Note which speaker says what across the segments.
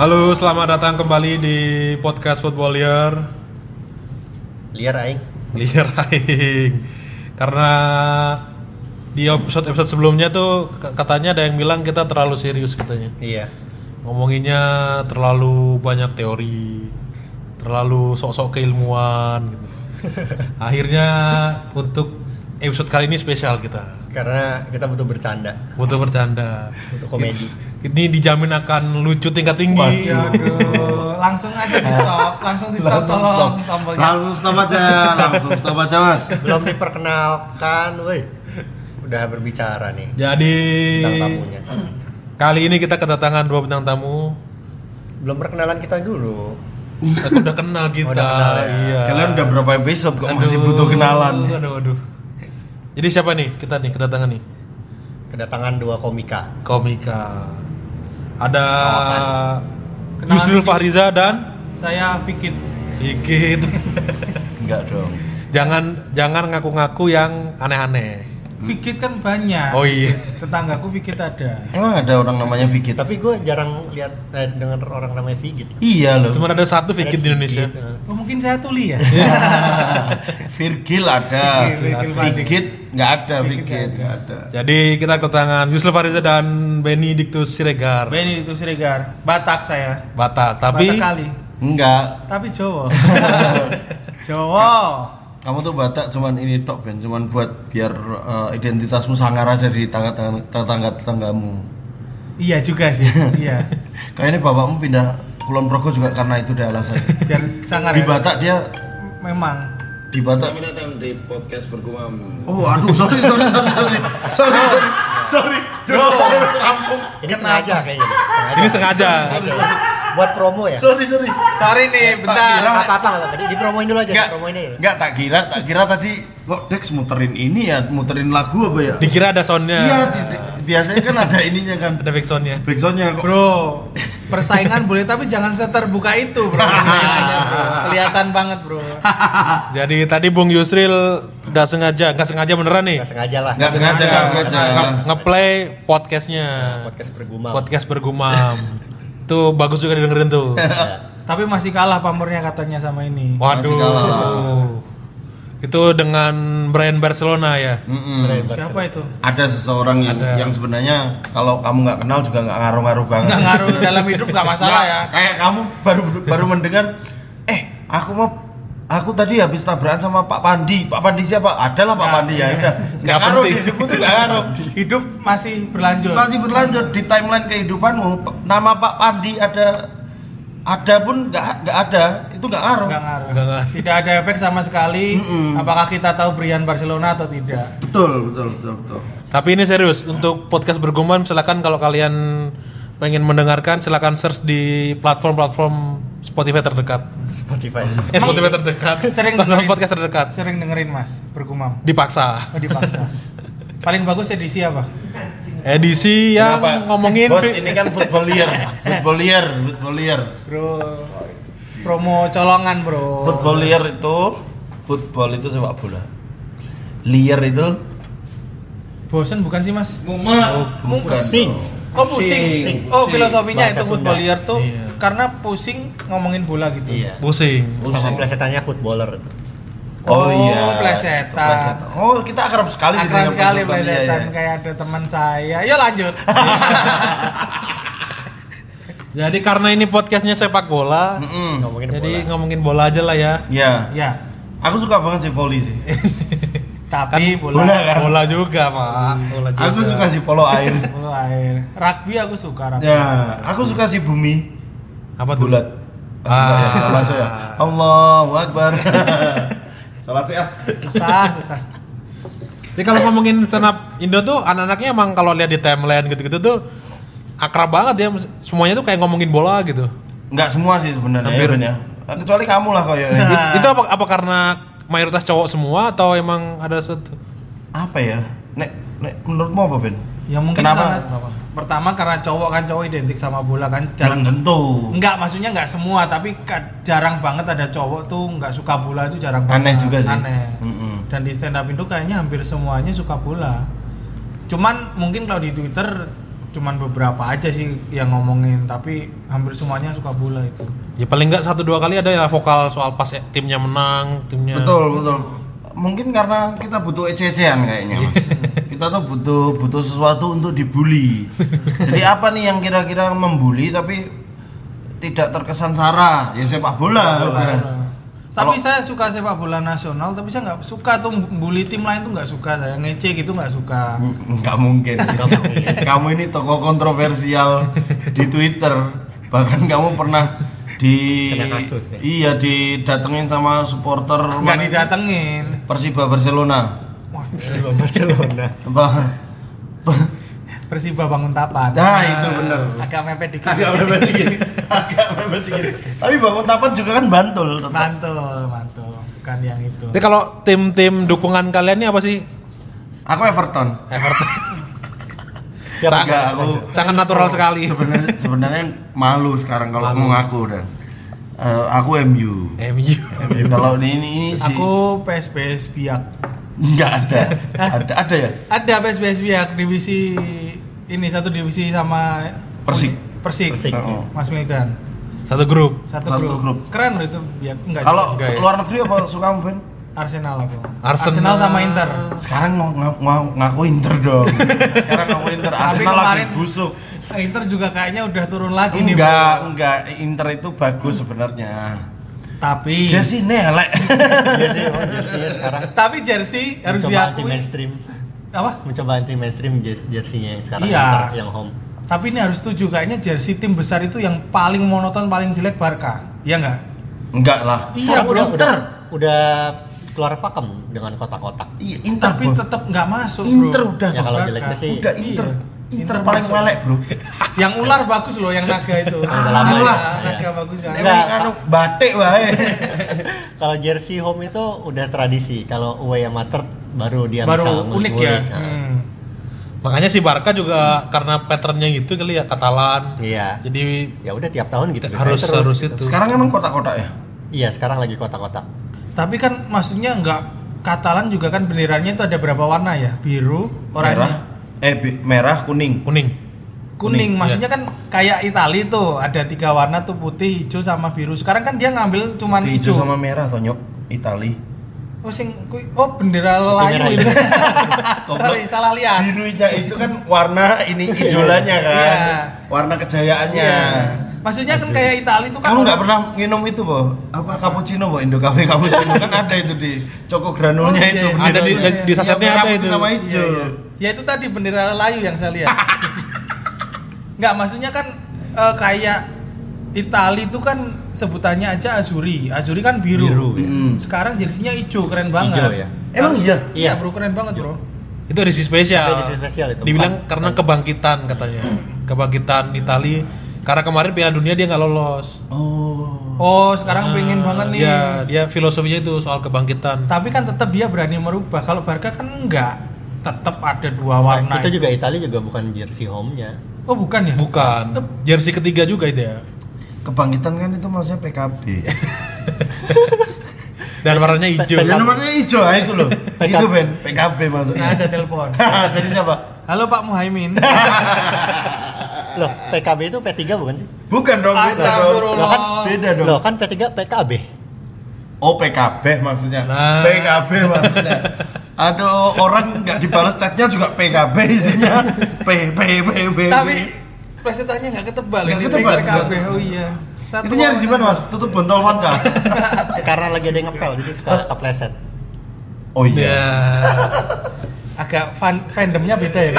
Speaker 1: Halo, selamat datang kembali di podcast Football Liar.
Speaker 2: liar aing
Speaker 1: Liar aing. Karena di episode-episode sebelumnya tuh k- katanya ada yang bilang kita terlalu serius katanya.
Speaker 2: iya
Speaker 1: Ngomonginnya terlalu banyak teori, terlalu sok-sok keilmuan gitu. Akhirnya untuk episode kali ini spesial kita.
Speaker 2: karena kita butuh bercanda
Speaker 1: Butuh bercanda.
Speaker 2: butuh komedi
Speaker 1: Ini dijamin akan lucu tingkat tinggi.
Speaker 3: Waduh, langsung aja di stop, langsung di stop tolong tombolnya.
Speaker 4: Langsung stop aja, langsung stop aja mas.
Speaker 2: belum diperkenalkan woi udah berbicara nih
Speaker 1: Jadi Iya.
Speaker 2: tentang tamunya
Speaker 1: Kali ini kita kedatangan dua bintang tamu.
Speaker 2: belum perkenalan kita dulu
Speaker 1: Aku udah kenal
Speaker 4: Oh,
Speaker 1: kita.
Speaker 2: udah kenal ya.
Speaker 1: Iya.
Speaker 4: Kalian udah berapa episode kok masih
Speaker 1: Aduh,
Speaker 4: butuh kenalan?
Speaker 1: Aduh, aduh. Jadi siapa nih kita nih kedatangan nih?
Speaker 2: kedatangan dua komika
Speaker 1: Komika. Ada
Speaker 3: Kenalan
Speaker 1: Yusril
Speaker 3: sedikit.
Speaker 1: Fahriza dan
Speaker 3: Saya Fikit.
Speaker 1: Sigit.
Speaker 4: Enggak dong.
Speaker 1: jangan jangan ngaku-ngaku yang aneh-aneh.
Speaker 3: Fikit kan banyak.
Speaker 1: Oh iya.
Speaker 3: Tetanggaku Fikit ada.
Speaker 4: Emang ada orang namanya Vicky?
Speaker 2: tapi gue jarang lihat eh, dengar orang namanya Vigit
Speaker 4: Iya loh.
Speaker 1: Cuman ada satu Sigit di
Speaker 2: Iya,
Speaker 1: Indonesia.
Speaker 2: gitu.
Speaker 3: Oh, mungkin saya tuli ya.
Speaker 1: Iya.
Speaker 4: Virgil ada,
Speaker 3: Virgil, Virgil Padik.
Speaker 4: Vigit nggak ada,
Speaker 3: Vigit
Speaker 4: Vigit
Speaker 3: nggak
Speaker 4: nggak ada.
Speaker 1: Jadi kita kedatangan Yusril Fahriza dan Benny Diktus Siregar.
Speaker 3: Benny itu Siregar, Batak saya.
Speaker 1: Batak, tapi
Speaker 3: Batak kali.
Speaker 4: Enggak.
Speaker 3: Tapi Jawa. Jawa.
Speaker 4: Kamu tuh Batak cuman ini tok Ben, cuman buat biar eh, identitasmu sangar aja di tetangga tetangga tetanggamu.
Speaker 3: Iya juga sih. Iya.
Speaker 4: Kayaknya bapakmu pindah Kulon Progo juga karena itu udah alasannya.
Speaker 3: Biar sangar.
Speaker 4: Di
Speaker 3: ya.
Speaker 4: Batak dia
Speaker 3: Memang.
Speaker 4: di Batak
Speaker 5: Selamat datang di podcast bergumam.
Speaker 4: Oh, aduh, sorry, sorry, sorry, sorry, sorry, sorry, sorry.
Speaker 2: ini sengaja kayaknya deh.
Speaker 1: ini sengaja.
Speaker 2: Sengaja ya. buat promo ya
Speaker 4: sorry, sorry.
Speaker 3: Sorry nih,
Speaker 2: Nggak
Speaker 1: iya.
Speaker 3: bentar.
Speaker 2: apa-apa nggak apa-apa di promoin dulu aja
Speaker 4: Enggak,
Speaker 2: promoin dulu
Speaker 4: enggak tak kira, tak kira tadi kok Dex muterin ini ya, muterin lagu apa ya?
Speaker 1: Dikira ada soundnya.
Speaker 4: Iya, di- di- biasanya kan ada ininya kan,
Speaker 1: Ada backsoundnya.
Speaker 4: backsoundnya kok.
Speaker 3: Bro, persaingan boleh tapi jangan seterbuka itu, Bro. Persaingannya, bro. Kelihatan banget, Bro.
Speaker 1: Jadi tadi Bung Yusril nggak sengaja, nggak sengaja beneran nih
Speaker 2: nggak sengaja lah
Speaker 4: Enggak sengaja, enggak sengaja.
Speaker 1: nge- ngeplay podcastnya,
Speaker 2: Iya, podcast bergumam
Speaker 1: podcast bergumam. tuh bagus juga didengerin tuh.
Speaker 3: Tapi masih kalah pamornya katanya sama ini.
Speaker 1: Waduh. Itu dengan Brian Barcelona ya.
Speaker 4: Mm-mm.
Speaker 3: Siapa itu?
Speaker 4: Ada seseorang yang,
Speaker 1: Ada.
Speaker 4: yang sebenarnya kalau kamu nggak kenal juga nggak ngaruh-ngaruh banget.
Speaker 3: Nggak ngaruh dalam hidup nggak masalah ya.
Speaker 4: Nggak, Kayak kamu baru baru mendengar, eh aku mau aku tadi habis tabrakan sama Pak Pandi. Pak Pandi siapa? Adalah Pak Pandi ya udah. Enggak ngaruh di
Speaker 1: penting.
Speaker 4: hidupmu tuh nggak ngaruh.
Speaker 3: Hidup masih berlanjut.
Speaker 4: Masih berlanjut di timeline kehidupanmu. P- Nama Pak Pandi ada ada pun nggak nggak ada itu nggak ngaruh.
Speaker 3: Nggak ngaruh.
Speaker 1: Nggak ngaruh.
Speaker 3: Tidak ada efek sama sekali. Apakah kita tahu Brian Barcelona atau tidak?
Speaker 4: Betul betul betul betul.
Speaker 1: Tapi ini serius untuk podcast bergumam silakan kalau kalian pengen mendengarkan silakan search di platform-platform Spotify terdekat.
Speaker 2: Spotify
Speaker 1: Eh, Spotify terdekat.
Speaker 3: Sering
Speaker 1: platform
Speaker 3: dengerin.
Speaker 1: podcast terdekat.
Speaker 3: Sering dengerin Mas bergumam.
Speaker 1: Dipaksa.
Speaker 3: Oh, dipaksa. Paling bagus edisi apa?
Speaker 1: Edisi yang
Speaker 4: Kenapa? Eh,
Speaker 1: ngomongin
Speaker 4: Bos ini kan footballier, footballier, footballier.
Speaker 3: Bro, promo colongan bro.
Speaker 4: Footballier itu football itu sepak bola. Liar itu
Speaker 3: Bosen bukan sih Mas?
Speaker 2: sing
Speaker 3: Oh pusing.
Speaker 2: Pusing.
Speaker 4: Pusing.
Speaker 3: Oh filosofinya
Speaker 2: Bahasa
Speaker 3: itu
Speaker 2: Sunda.
Speaker 3: footballier tuh
Speaker 1: Iya.
Speaker 3: karena pusing ngomongin bola gitu.
Speaker 2: iya
Speaker 1: pusing.
Speaker 2: sama plesetannya footballer
Speaker 3: Oh, plesetan.
Speaker 4: itu iya. plesetan. Oh, kita akrab sekali gitu
Speaker 3: Akrab
Speaker 4: dengan
Speaker 3: sekali
Speaker 4: plesetan, iya,
Speaker 3: plesetan
Speaker 4: iya.
Speaker 3: kayak ada teman saya. Ya lanjut.
Speaker 1: Jadi karena ini podcastnya sepak bola,
Speaker 4: Mm-mm.
Speaker 2: ngomongin
Speaker 1: jadi
Speaker 2: bola
Speaker 1: ngomongin bola aja lah ya.
Speaker 4: Ya.
Speaker 3: ya.
Speaker 4: Aku suka banget sih volley sih.
Speaker 3: Tapi bola,
Speaker 4: bola kan?
Speaker 1: Bola juga pak. Bola juga.
Speaker 4: Mm. Aku suka sih polo air.
Speaker 3: bola air. Rugby aku suka rugby.
Speaker 4: ya, aku suka sih bumi
Speaker 1: apa tuh?
Speaker 4: bulat.
Speaker 1: Ah.
Speaker 4: Ah, masuk ya. Allahu Akbar. Salat sih ah.
Speaker 3: Susah, susah.
Speaker 1: Jadi kalau ngomongin stand up Indo tuh anak-anaknya emang kalau lihat di timeline gitu-gitu tuh akrab banget ya. Semuanya tuh kayak ngomongin bola gitu.
Speaker 4: Enggak semua sih sebenarnya ya,
Speaker 1: Hampir.
Speaker 4: Ben, ya. Kecuali kamu lah ya. kayaknya.
Speaker 3: Nah.
Speaker 1: Gitu. Itu apa apa karena mayoritas cowok semua atau emang ada satu?
Speaker 4: apa ya? Nek, nek menurutmu apa Ben?
Speaker 3: Ya mungkin
Speaker 4: Kenapa?
Speaker 3: karena- pertama karena cowok kan cowok identik sama bola kan
Speaker 4: Belum
Speaker 3: jarang
Speaker 4: tentu.
Speaker 3: Enggak, maksudnya enggak semua, tapi ka- jarang banget ada cowok tuh enggak suka bola itu jarang
Speaker 4: Aneh
Speaker 3: banget.
Speaker 4: juga sih.
Speaker 3: Aneh.
Speaker 4: Mm-mm.
Speaker 3: Dan di stand up Indo kayaknya hampir semuanya suka bola. Cuman mungkin kalau di Twitter cuman beberapa aja sih yang ngomongin tapi hampir semuanya suka bola itu
Speaker 1: Ya paling nggak satu dua kali ada ya vokal soal pas eh, timnya menang, timnya.
Speaker 4: Betul, betul. Mungkin karena kita butuh ece-ecean kayaknya, Mas. kita tuh butuh butuh sesuatu untuk dibully. Jadi apa nih yang kira-kira membuli tapi tidak terkesan sara? Ya sepak bola. bener.
Speaker 3: tapi saya suka sepak bola nasional tapi saya nggak suka tuh bully tim lain tuh nggak suka saya ngece gitu nggak suka
Speaker 4: Nggak mungkin. nggak mungkin. kamu ini tokoh kontroversial di Twitter. Bahkan kamu pernah di
Speaker 2: Kena kasus, ya?
Speaker 4: iya didatengin sama supporter
Speaker 3: nggak
Speaker 4: mana?
Speaker 3: didatengin
Speaker 4: Persiba Barcelona.
Speaker 2: Barcelona.
Speaker 4: Apa?
Speaker 3: Persiba bangun tapan
Speaker 4: Nah, itu bener.
Speaker 3: agak mepet dikit
Speaker 4: agak mepet dikit Iya. agak mepet dikit tapi bangun tapan juga kan bantul tetap.
Speaker 3: mantul mantul bukan yang itu
Speaker 1: Jadi kalau tim-tim dukungan kalian ini apa sih?
Speaker 4: aku Everton
Speaker 1: Everton.
Speaker 2: Siapa
Speaker 4: Enggak,
Speaker 2: enggak
Speaker 4: aku
Speaker 1: Sangat natural sekali.
Speaker 4: sebenarnya sebenarnya malu sekarang kalau mau ngaku dan Eh, aku MU
Speaker 1: MU.
Speaker 4: MU kalau ini ini, ini sih
Speaker 3: aku PSBS biak
Speaker 4: nggak ada ada ada ya
Speaker 3: ada PSBS biak divisi ini satu divisi sama
Speaker 4: Persik.
Speaker 3: Persik,
Speaker 2: Persik.
Speaker 4: Oh.
Speaker 3: Mas Mildan
Speaker 1: Satu grup.
Speaker 3: satu,
Speaker 4: Satu
Speaker 3: grup.
Speaker 4: grup.
Speaker 3: keren loh itu biak enggak
Speaker 4: kalau
Speaker 1: juga ya.
Speaker 4: luar negeri apa suka kamu Ben
Speaker 3: Arsenal aku
Speaker 1: Arsenal.
Speaker 3: sama Inter
Speaker 4: sekarang mau ngaku, ngaku Inter dong sekarang ngaku Inter
Speaker 3: Tapi
Speaker 4: Arsenal lagi
Speaker 3: kemarin-
Speaker 4: busuk
Speaker 3: Inter juga kayaknya udah turun lagi nih
Speaker 4: enggak
Speaker 3: Bro.
Speaker 4: enggak Inter itu bagus sebenarnya
Speaker 3: tapi
Speaker 4: dia sih nelek
Speaker 2: Iya sih, emang jersinya sekarang
Speaker 3: tapi jersey harus
Speaker 2: mencoba anti
Speaker 3: diakui
Speaker 2: mainstream.
Speaker 3: apa
Speaker 2: Mencoba anti mainstream jer- jersinya yang sekarang
Speaker 3: Iya.
Speaker 2: Inter, yang home.
Speaker 3: Tapi ini harus setuju kayaknya jersey tim besar itu yang paling monoton paling jelek Barca. Iya enggak?
Speaker 4: enggak lah
Speaker 2: Sekarang
Speaker 3: Iya,
Speaker 4: Orang Inter
Speaker 2: Udah, udah keluar pakem dengan kotak-kotak.
Speaker 4: Iya, Inter
Speaker 3: Tapi
Speaker 4: bro.
Speaker 3: tetap nggak masuk. bro.
Speaker 4: Inter udah
Speaker 2: Ya
Speaker 4: bro.
Speaker 2: kalau
Speaker 3: Barca.
Speaker 2: jeleknya sih
Speaker 4: udah Inter.
Speaker 3: Iya.
Speaker 4: Inter,
Speaker 3: Inter
Speaker 4: paling
Speaker 3: masuk.
Speaker 4: melek bro.
Speaker 3: Yang ular bagus loh, yang naga itu.
Speaker 2: udah lama
Speaker 3: Naga,
Speaker 2: ya.
Speaker 3: naga
Speaker 2: Iya.
Speaker 3: bagus kan.
Speaker 2: Enggak.
Speaker 4: Emang anu batik wae.
Speaker 2: kalau jersey home itu udah tradisi. Kalau away sama third baru dia bisa
Speaker 3: Baru unik ya.
Speaker 2: ngulik-ngulik. Nah,
Speaker 3: Hmm.
Speaker 1: Makanya si Barca juga karena patternnya gitu kali ya Katalan.
Speaker 2: Iya.
Speaker 1: Jadi
Speaker 2: Ya udah tiap tahun gitu. biasanya
Speaker 1: harus
Speaker 2: terus
Speaker 1: harus
Speaker 2: gitu.
Speaker 1: itu.
Speaker 4: Sekarang emang kotak-kotak ya?
Speaker 2: Iya, sekarang lagi kotak-kotak.
Speaker 3: Tapi kan maksudnya nggak Katalan juga kan benderanya itu ada berapa warna ya? Biru,
Speaker 4: Merah.
Speaker 3: oranye,
Speaker 4: Eh bi- merah kuning.
Speaker 1: kuning.
Speaker 3: kuning. Maksudnya kan kayak Itali tuh ada tiga warna tuh putih, hijau sama biru. Sekarang kan dia ngambil cuman
Speaker 4: Di
Speaker 3: hijau.
Speaker 4: hijau sama merah tonyok Itali.
Speaker 3: Oh sing kui- oh bendera layu
Speaker 2: merah
Speaker 3: itu.
Speaker 4: Goblok.
Speaker 3: Sorry, salah lihat.
Speaker 4: Birunya itu kan warna ini idolanya kan.
Speaker 3: Ya. Iya.
Speaker 4: Warna kejayaannya.
Speaker 3: Iya. Maksudnya kan kayak Itali itu kan
Speaker 4: Kamu nggak
Speaker 3: orang-
Speaker 4: pernah minum itu, Bo? Apa cappuccino, Bo? Indo Cafe cappuccino kan ada itu di Coko Granulnya
Speaker 3: Oh, iya,
Speaker 4: itu.
Speaker 3: iya.
Speaker 1: Ada di-
Speaker 4: benderanya.
Speaker 1: di sasetnya
Speaker 4: Yang merah
Speaker 1: ada
Speaker 4: putih
Speaker 1: itu.
Speaker 4: Sama
Speaker 3: Iya,
Speaker 4: hijau.
Speaker 3: iya. Ya itu tadi bendera layu yang saya lihat. Nggak, maksudnya kan eh, kayak Itali itu kan sebutannya aja Azuri. Azuri kan biru.
Speaker 2: Biru, ya.
Speaker 4: Mm.
Speaker 3: Sekarang jersinya hijau keren banget.
Speaker 2: Hijau, ya.
Speaker 4: Emang iya?
Speaker 3: Iya,
Speaker 2: Iya.
Speaker 3: bro keren banget, Bro.
Speaker 1: Itu edisi spesial.
Speaker 2: Ada edisi spesial itu.
Speaker 1: Dibilang karena kebangkitan katanya. Kebangkitan Itali karena kemarin Piala Dunia dia nggak lolos.
Speaker 4: Oh.
Speaker 3: Oh, sekarang pengen banget nih.
Speaker 1: Iya, dia filosofinya itu soal kebangkitan.
Speaker 3: Tapi kan tetap dia berani merubah. Kalau Barca kan enggak. Tetap ada dua warna.
Speaker 2: Nah,
Speaker 3: ya.
Speaker 2: itu juga Italia juga bukan jersey home-nya.
Speaker 3: Oh, bukan ya?
Speaker 1: Bukan. Jersey ketiga juga itu ya.
Speaker 4: Kebangkitan kan itu maksudnya PKB.
Speaker 3: Iya.
Speaker 1: Dan warnanya hijau.
Speaker 4: Ya nomornya hijau ah, itu loh. itu Ben, PKB maksudnya.
Speaker 3: Nah, ada telepon.
Speaker 4: Tadi siapa?
Speaker 3: Halo Pak Muhaimin.
Speaker 2: Loh, PKB itu P3 bukan sih?
Speaker 4: Bukan dong, beda dong.
Speaker 3: Astagfirullah.
Speaker 4: Lah kan beda dong.
Speaker 2: Loh, kan P3 PKB.
Speaker 4: Oh, PKB maksudnya.
Speaker 1: Nah.
Speaker 4: PKB maksudnya. Aduh, orang nggak dibalas chatnya juga PKB isinya. P P P P.
Speaker 3: Tapi pesertanya nggak ketebal
Speaker 4: Nggak
Speaker 3: ini
Speaker 4: ketebal,
Speaker 3: PKB.
Speaker 4: nggak.
Speaker 3: Oh iya. Satu
Speaker 4: itu nyari
Speaker 3: orang-
Speaker 4: gimana, Mas? Tutup bentol font kah?
Speaker 2: Karena lagi ada yang ngepel jadi suka kepleset.
Speaker 4: Oh iya.
Speaker 1: Ya.
Speaker 3: Agak fan fandomnya beda ya.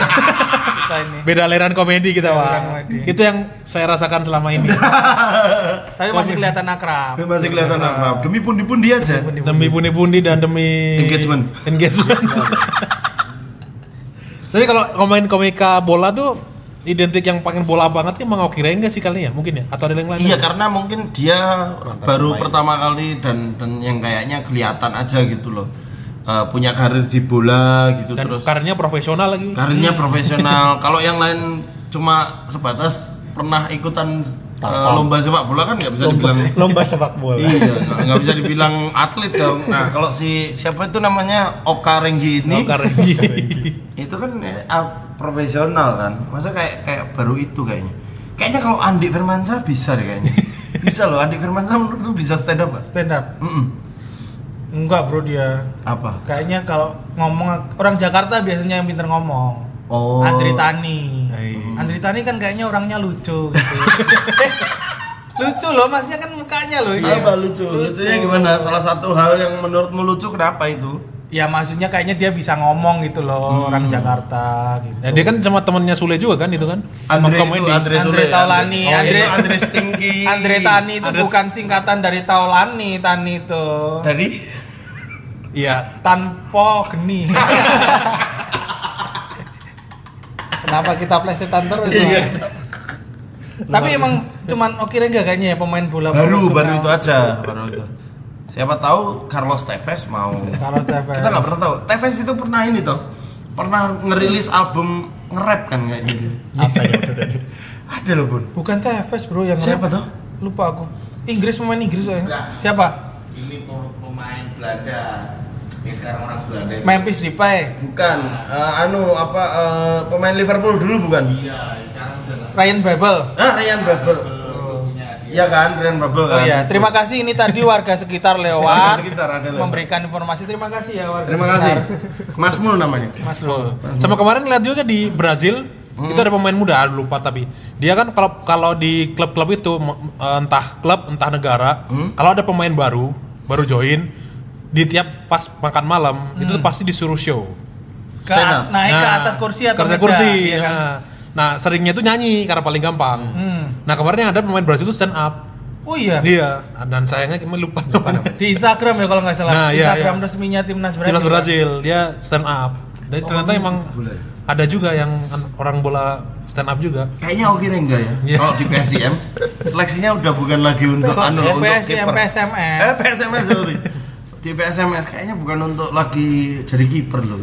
Speaker 3: kita ini.
Speaker 1: Beda aliran komedi kita,
Speaker 3: aliran
Speaker 1: Pak.
Speaker 3: komedi.
Speaker 1: Itu yang saya rasakan selama ini.
Speaker 3: Tapi masih kelihatan akrab.
Speaker 4: Masih kelihatan akrab. Demi pun pun dia aja.
Speaker 1: demi pundi-pundi dan demi
Speaker 4: Engagement.
Speaker 1: engagement. Tapi kalau ngomongin komika bola tuh identik yang pengen bola banget kan mau kirain nggak sih kali ya mungkin ya atau ada yang lain
Speaker 4: Iya karena mungkin dia baru pertama kali dan dan yang kayaknya kelihatan aja gitu loh Eh, punya karir di bola gitu
Speaker 1: dan
Speaker 4: terus
Speaker 1: karirnya profesional lagi Oh,
Speaker 4: karirnya profesional kalau yang lain cuma sebatas pernah ikutan eh, lomba sepak bola kan nggak bisa
Speaker 2: lomba,
Speaker 4: dibilang
Speaker 2: lomba sepak bola
Speaker 4: iya nggak- nggak bisa dibilang atlet dong nah kalau si siapa itu namanya Oka Renggi ini
Speaker 1: Oka Renggi.
Speaker 4: itu kan eh, ah, profesional kan masa kayak kayak baru itu kayaknya kayaknya kalau Andi Firmansyah bisa deh kayaknya bisa loh Andi Firmansyah menurutku bisa stand up Mas.
Speaker 3: stand up
Speaker 4: Mm-mm.
Speaker 3: enggak bro dia
Speaker 4: apa
Speaker 3: kayaknya kalau ngomong orang Jakarta biasanya yang pinter ngomong
Speaker 4: Oh.
Speaker 3: Andri Tani
Speaker 1: Hai.
Speaker 3: Andri Tani kan kayaknya orangnya lucu gitu Eh, lucu loh masnya kan mukanya loh iya.
Speaker 4: Apa lucu? Lucunya gimana? Salah satu hal yang menurutmu lucu kenapa itu?
Speaker 3: ya maksudnya kayaknya dia bisa ngomong gitu loh orang
Speaker 4: Hmm.
Speaker 3: Jakarta gitu
Speaker 1: Nah, dia kan sama temennya Sule juga kan itu kan? Sama
Speaker 4: Andre itu
Speaker 1: komedi.
Speaker 4: Andre
Speaker 3: Andre
Speaker 4: Sule.
Speaker 3: Taulani,
Speaker 4: Oh,
Speaker 3: Andre-
Speaker 4: itu Andre Stinggi.
Speaker 3: Andre Tani itu bukan singkatan dari Taulani Tani itu
Speaker 4: Dari
Speaker 1: Iya.
Speaker 3: tanpa geni kenapa kita plesetan terus
Speaker 4: Iya.
Speaker 3: Mas? tapi emang cuman oke enggak kayaknya ya pemain bola
Speaker 4: baru
Speaker 3: profesional.
Speaker 4: baru itu aja, baru itu. Siapa tahu Carlos Tevez mau.
Speaker 3: Carlos Tevez.
Speaker 4: Kita nggak pernah tahu. Tevez itu pernah ini toh. Pernah ngerilis album nge-rap kan kayak gitu.
Speaker 2: apa ya maksudnya
Speaker 4: Ada loh, Bun.
Speaker 3: bukan Tevez bro yang
Speaker 4: Siapa
Speaker 3: rap.
Speaker 4: tuh?
Speaker 3: lupa aku Inggris pemain Inggris ya
Speaker 5: Enggak.
Speaker 3: siapa
Speaker 5: Ini pe- pemain Belanda. Yang sekarang orang Belanda. itu.
Speaker 3: Memphis Depay
Speaker 4: Bukan, eh, anu apa eh, pemain Liverpool dulu bukan?
Speaker 5: Iya, sekarang udah nggak
Speaker 3: Ryan Babel
Speaker 4: Ah, Ryan Babel.
Speaker 5: perlu punya dia.
Speaker 4: Iya kan, Ryan Babel kan.
Speaker 3: Oh iya, terima kasih ini tadi warga sekitar lewat
Speaker 4: Warga sekitar ada lewat.
Speaker 3: memberikan informasi. Terima kasih ya warga.
Speaker 4: Terima kasih.
Speaker 3: sekitar.
Speaker 4: Mas Mul namanya.
Speaker 3: Mas Lo.
Speaker 1: Sama kemarin lihat juga di Brazil itu ada pemain muda aduh, lupa tapi dia kan kalau kalau di klub-klub itu m- entah klub entah negara
Speaker 3: Hmm?
Speaker 1: kalau ada pemain baru baru join di tiap pas makan malam itu pasti disuruh show
Speaker 3: Ke,
Speaker 4: Stand up.
Speaker 3: Hmm. naik ke atas kursi
Speaker 1: ke
Speaker 3: atau
Speaker 1: atas
Speaker 3: meja,
Speaker 1: Nah, kursi
Speaker 3: iya kan?
Speaker 1: nah. Nah, seringnya itu nyanyi karena paling gampang
Speaker 3: Hmm.
Speaker 1: nah kemarin yang ada pemain Brazil itu stand up
Speaker 3: Oh iya.
Speaker 1: dia dan sayangnya kami lupa, namanya.
Speaker 3: Di Instagram ya kalau nggak salah.
Speaker 1: Nah, iya,
Speaker 3: Instagram
Speaker 1: iya.
Speaker 3: resminya timnas Brazil.
Speaker 1: Timnas Brazil dia stand up dan ternyata emang ada juga yang an- orang bola stand up juga
Speaker 4: Kayaknya Oki Rengga ya.
Speaker 1: Iya.
Speaker 4: Kalau di PSM seleksinya udah bukan lagi untuk anu
Speaker 1: eh,
Speaker 4: untuk
Speaker 3: PSM,
Speaker 4: kiper.
Speaker 3: PSMS.
Speaker 4: Eh PSMS sorry. Di PSMS kayaknya bukan untuk lagi jadi kiper loh.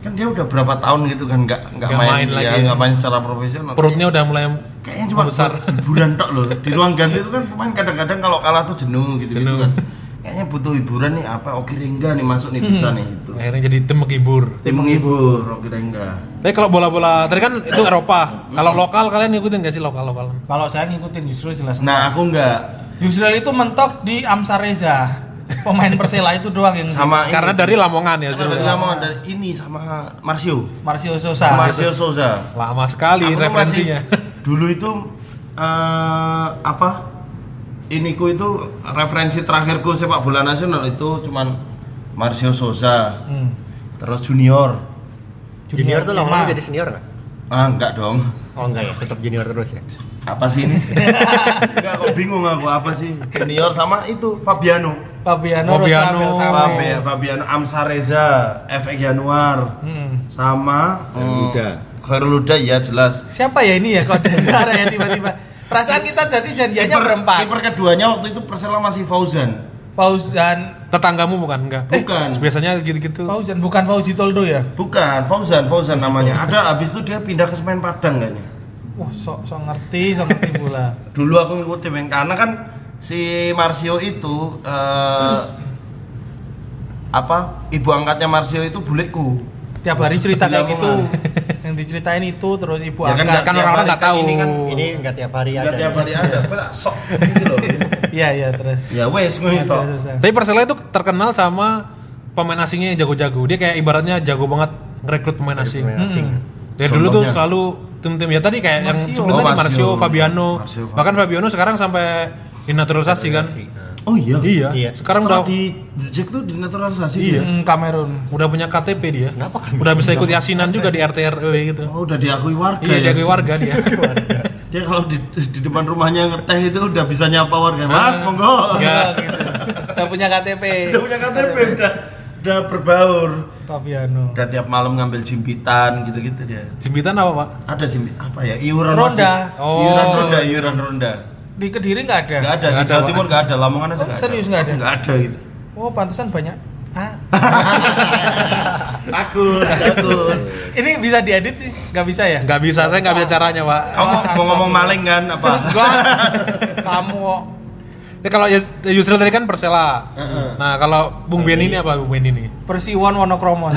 Speaker 4: Kan dia udah berapa tahun gitu kan nggak nggak
Speaker 1: Nggak main
Speaker 4: main, ya,
Speaker 1: lagi.
Speaker 4: nggak main secara profesional.
Speaker 1: perutnya udah mulai
Speaker 4: kayaknya cuma
Speaker 1: besar
Speaker 4: besar hiburan tok loh. Di ruang ganti itu kan pemain kadang-kadang kalau kalah tuh jenuh gitu, -gitu
Speaker 1: Jenuh.
Speaker 4: kan. Kayaknya butuh hiburan nih apa Oki Rengga nih masuk nih
Speaker 1: Hmm.
Speaker 4: bisa nih itu.
Speaker 1: akhirnya jadi tim menghibur
Speaker 4: Tim menghibur Oki Rengga.
Speaker 1: tapi kalau bola-bola tadi kan itu Eropa kalau lokal kalian ngikutin gak sih lokal lokal
Speaker 3: Kalau saya ngikutin Yusril jelas.
Speaker 4: Nah aku nggak
Speaker 3: Yusril itu mentok di Amsareza. Pemain Persela itu doang yang
Speaker 4: sama ini.
Speaker 1: Hmm. karena dari Lamongan ya
Speaker 4: Dari
Speaker 1: sebenarnya.
Speaker 4: Lamongan, dari ini sama Marsio.
Speaker 3: Marcio Sosa.
Speaker 4: Marsio Souza.
Speaker 1: lama sekali
Speaker 4: Aku tuh
Speaker 1: referensinya
Speaker 4: masih- dulu itu eh apa? Iniku itu referensi terakhirku sepak bola nasional itu cuman Marsio Souza.
Speaker 3: Hmm.
Speaker 4: Terus junior.
Speaker 2: junior tuh
Speaker 3: lima.
Speaker 2: lama jadi senior nggak
Speaker 4: Ah, enggak dong.
Speaker 2: oh enggak ya tetap junior terus ya
Speaker 4: Apa sih ini? enggak kok bingung aku apa sih? Junior sama itu Fabiano.
Speaker 3: Fabiano,
Speaker 1: Fabiano.
Speaker 3: Rosa Beltrame.
Speaker 4: Fabi- Fabiano Amsareza, FX Januar.
Speaker 3: Hmm.
Speaker 4: Sama
Speaker 2: Khairuda.
Speaker 4: mm, Khairuda ya jelas.
Speaker 3: Siapa ya ini ya kok ada suara ya tiba-tiba? Perasaan kita tadi
Speaker 1: Iya,
Speaker 3: janjiannya
Speaker 4: Kiper-
Speaker 3: berempat.
Speaker 4: Kiper keduanya waktu itu Persela masih Fauzan.
Speaker 3: Fauzan,
Speaker 1: tetanggamu bukan enggak
Speaker 4: Bukan.
Speaker 1: biasanya gitu-gitu
Speaker 3: Fauzan bukan Fauzi Toldo ya?
Speaker 4: Bukan, Fauzan, Fauzan namanya. Ada habis itu dia pindah ke Semen Padang kayaknya.
Speaker 3: Wah, sok sok ngerti, sok ngerti pula.
Speaker 4: Dulu aku ngikutin yang- karena kan si Marsio itu eh, apa ibu angkatnya Marsio itu buleku.
Speaker 3: Tiap hari cerita
Speaker 4: Di
Speaker 3: kayak gitu.
Speaker 4: Lamongan.
Speaker 3: Yang diceritain itu terus ibu
Speaker 4: Ya kan,
Speaker 3: angkat.
Speaker 1: kan
Speaker 4: tiap
Speaker 1: orang-orang
Speaker 4: hari
Speaker 1: nggak
Speaker 4: kan
Speaker 1: tahu
Speaker 4: ini kan-
Speaker 2: ini enggak tiap hari
Speaker 1: Ya,
Speaker 4: Enggak
Speaker 2: ada
Speaker 4: tiap hari ada, Apa tak sok gitu loh.
Speaker 3: Iya, iya, terus.
Speaker 4: Ya wes
Speaker 1: Iya,
Speaker 4: ngono itu.
Speaker 3: Susah.
Speaker 1: tapi Persela itu terkenal sama pemain asingnya yang jago-jago dia kayak ibaratnya jago banget ngerekrut pemain asing
Speaker 2: Pemain asing.
Speaker 1: dari dulu tuh
Speaker 4: Contohnya?
Speaker 1: selalu tim-tim ya tadi kayak yang
Speaker 3: Marcio.
Speaker 1: sebelum
Speaker 4: Oh,
Speaker 1: tadi
Speaker 4: Marcio.
Speaker 1: Marcio, Fabiano
Speaker 4: Marcio, Fabiano.
Speaker 1: bahkan Fabiano sekarang sampai dinaturalisasi kan
Speaker 4: Oh iya.
Speaker 1: iya.
Speaker 2: Iya.
Speaker 1: sekarang
Speaker 4: Setelah
Speaker 1: udah
Speaker 4: di Jejek tuh dinaturalisasi
Speaker 1: Iya.
Speaker 4: dia.
Speaker 3: Hmm, Kamerun.
Speaker 1: udah punya KTP dia
Speaker 2: Kenapa kan?
Speaker 1: udah bisa ikut yasinan juga di RT RW gitu
Speaker 4: Oh udah diakui warga
Speaker 1: iya
Speaker 4: ya?
Speaker 1: dia warga dia
Speaker 4: Dia kalau di, di depan rumahnya ngeteh itu udah bisa nyapa warga. Mas, monggo.
Speaker 1: Ya.
Speaker 3: Ya, gitu. Udah punya KTP.
Speaker 4: Udah punya KTP, udah udah berbaur.
Speaker 3: Fabiano.
Speaker 4: Udah tiap malam ngambil jimpitan gitu-gitu dia.
Speaker 1: jimbitan apa pak
Speaker 4: Ada jimbit apa ya? Iuran
Speaker 3: Ronda.
Speaker 4: wajib. Iuran
Speaker 1: Oh.
Speaker 4: ronda, iuran ronda.
Speaker 3: Di Kediri nggak ada.
Speaker 4: Enggak ada
Speaker 1: Nggak
Speaker 4: di
Speaker 1: ada,
Speaker 4: Jawa
Speaker 1: Pak.
Speaker 4: Timur enggak ada, Lamongan aja
Speaker 3: Oh,
Speaker 4: enggak ada. gitu.
Speaker 3: serius nggak ada?
Speaker 4: Enggak ada gitu.
Speaker 3: Oh, pantesan banyak. Ah,
Speaker 4: takut takut
Speaker 3: Ini bisa diedit sih? Gak bisa ya?
Speaker 1: Nggak bisa, saya nggak bisa caranya pak.
Speaker 4: kamu mau, mau ngomong maling kan apa
Speaker 3: Enggak. Kamu kok.
Speaker 1: Ya, kalau Yus- Yusril tadi kan Persela. Nah kalau Bung Ben ini apa Bung Ben ini?
Speaker 3: Persiwan Wonokromo.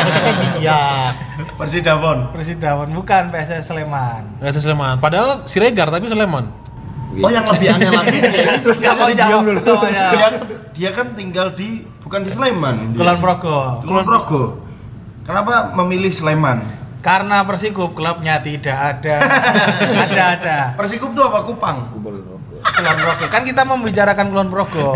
Speaker 2: Iya.
Speaker 4: Persidavon
Speaker 3: Persidawan bukan PSS Sleman.
Speaker 1: Reza Sleman. Padahal Siregar tapi Sleman.
Speaker 4: oh yang lebih aneh lagi
Speaker 3: Terus gak mau ya? jawab dulu.
Speaker 4: dia, dia kan tinggal di bukan di Sleman dia.
Speaker 3: Kulon Progo.
Speaker 4: Kulon Progo kenapa memilih Sleman
Speaker 3: Karena Persikub klubnya tidak ada. ada ada.
Speaker 4: Persikup tuh apa Kupang
Speaker 3: Kulon Progo. Kan kita membicarakan Kulon Progo.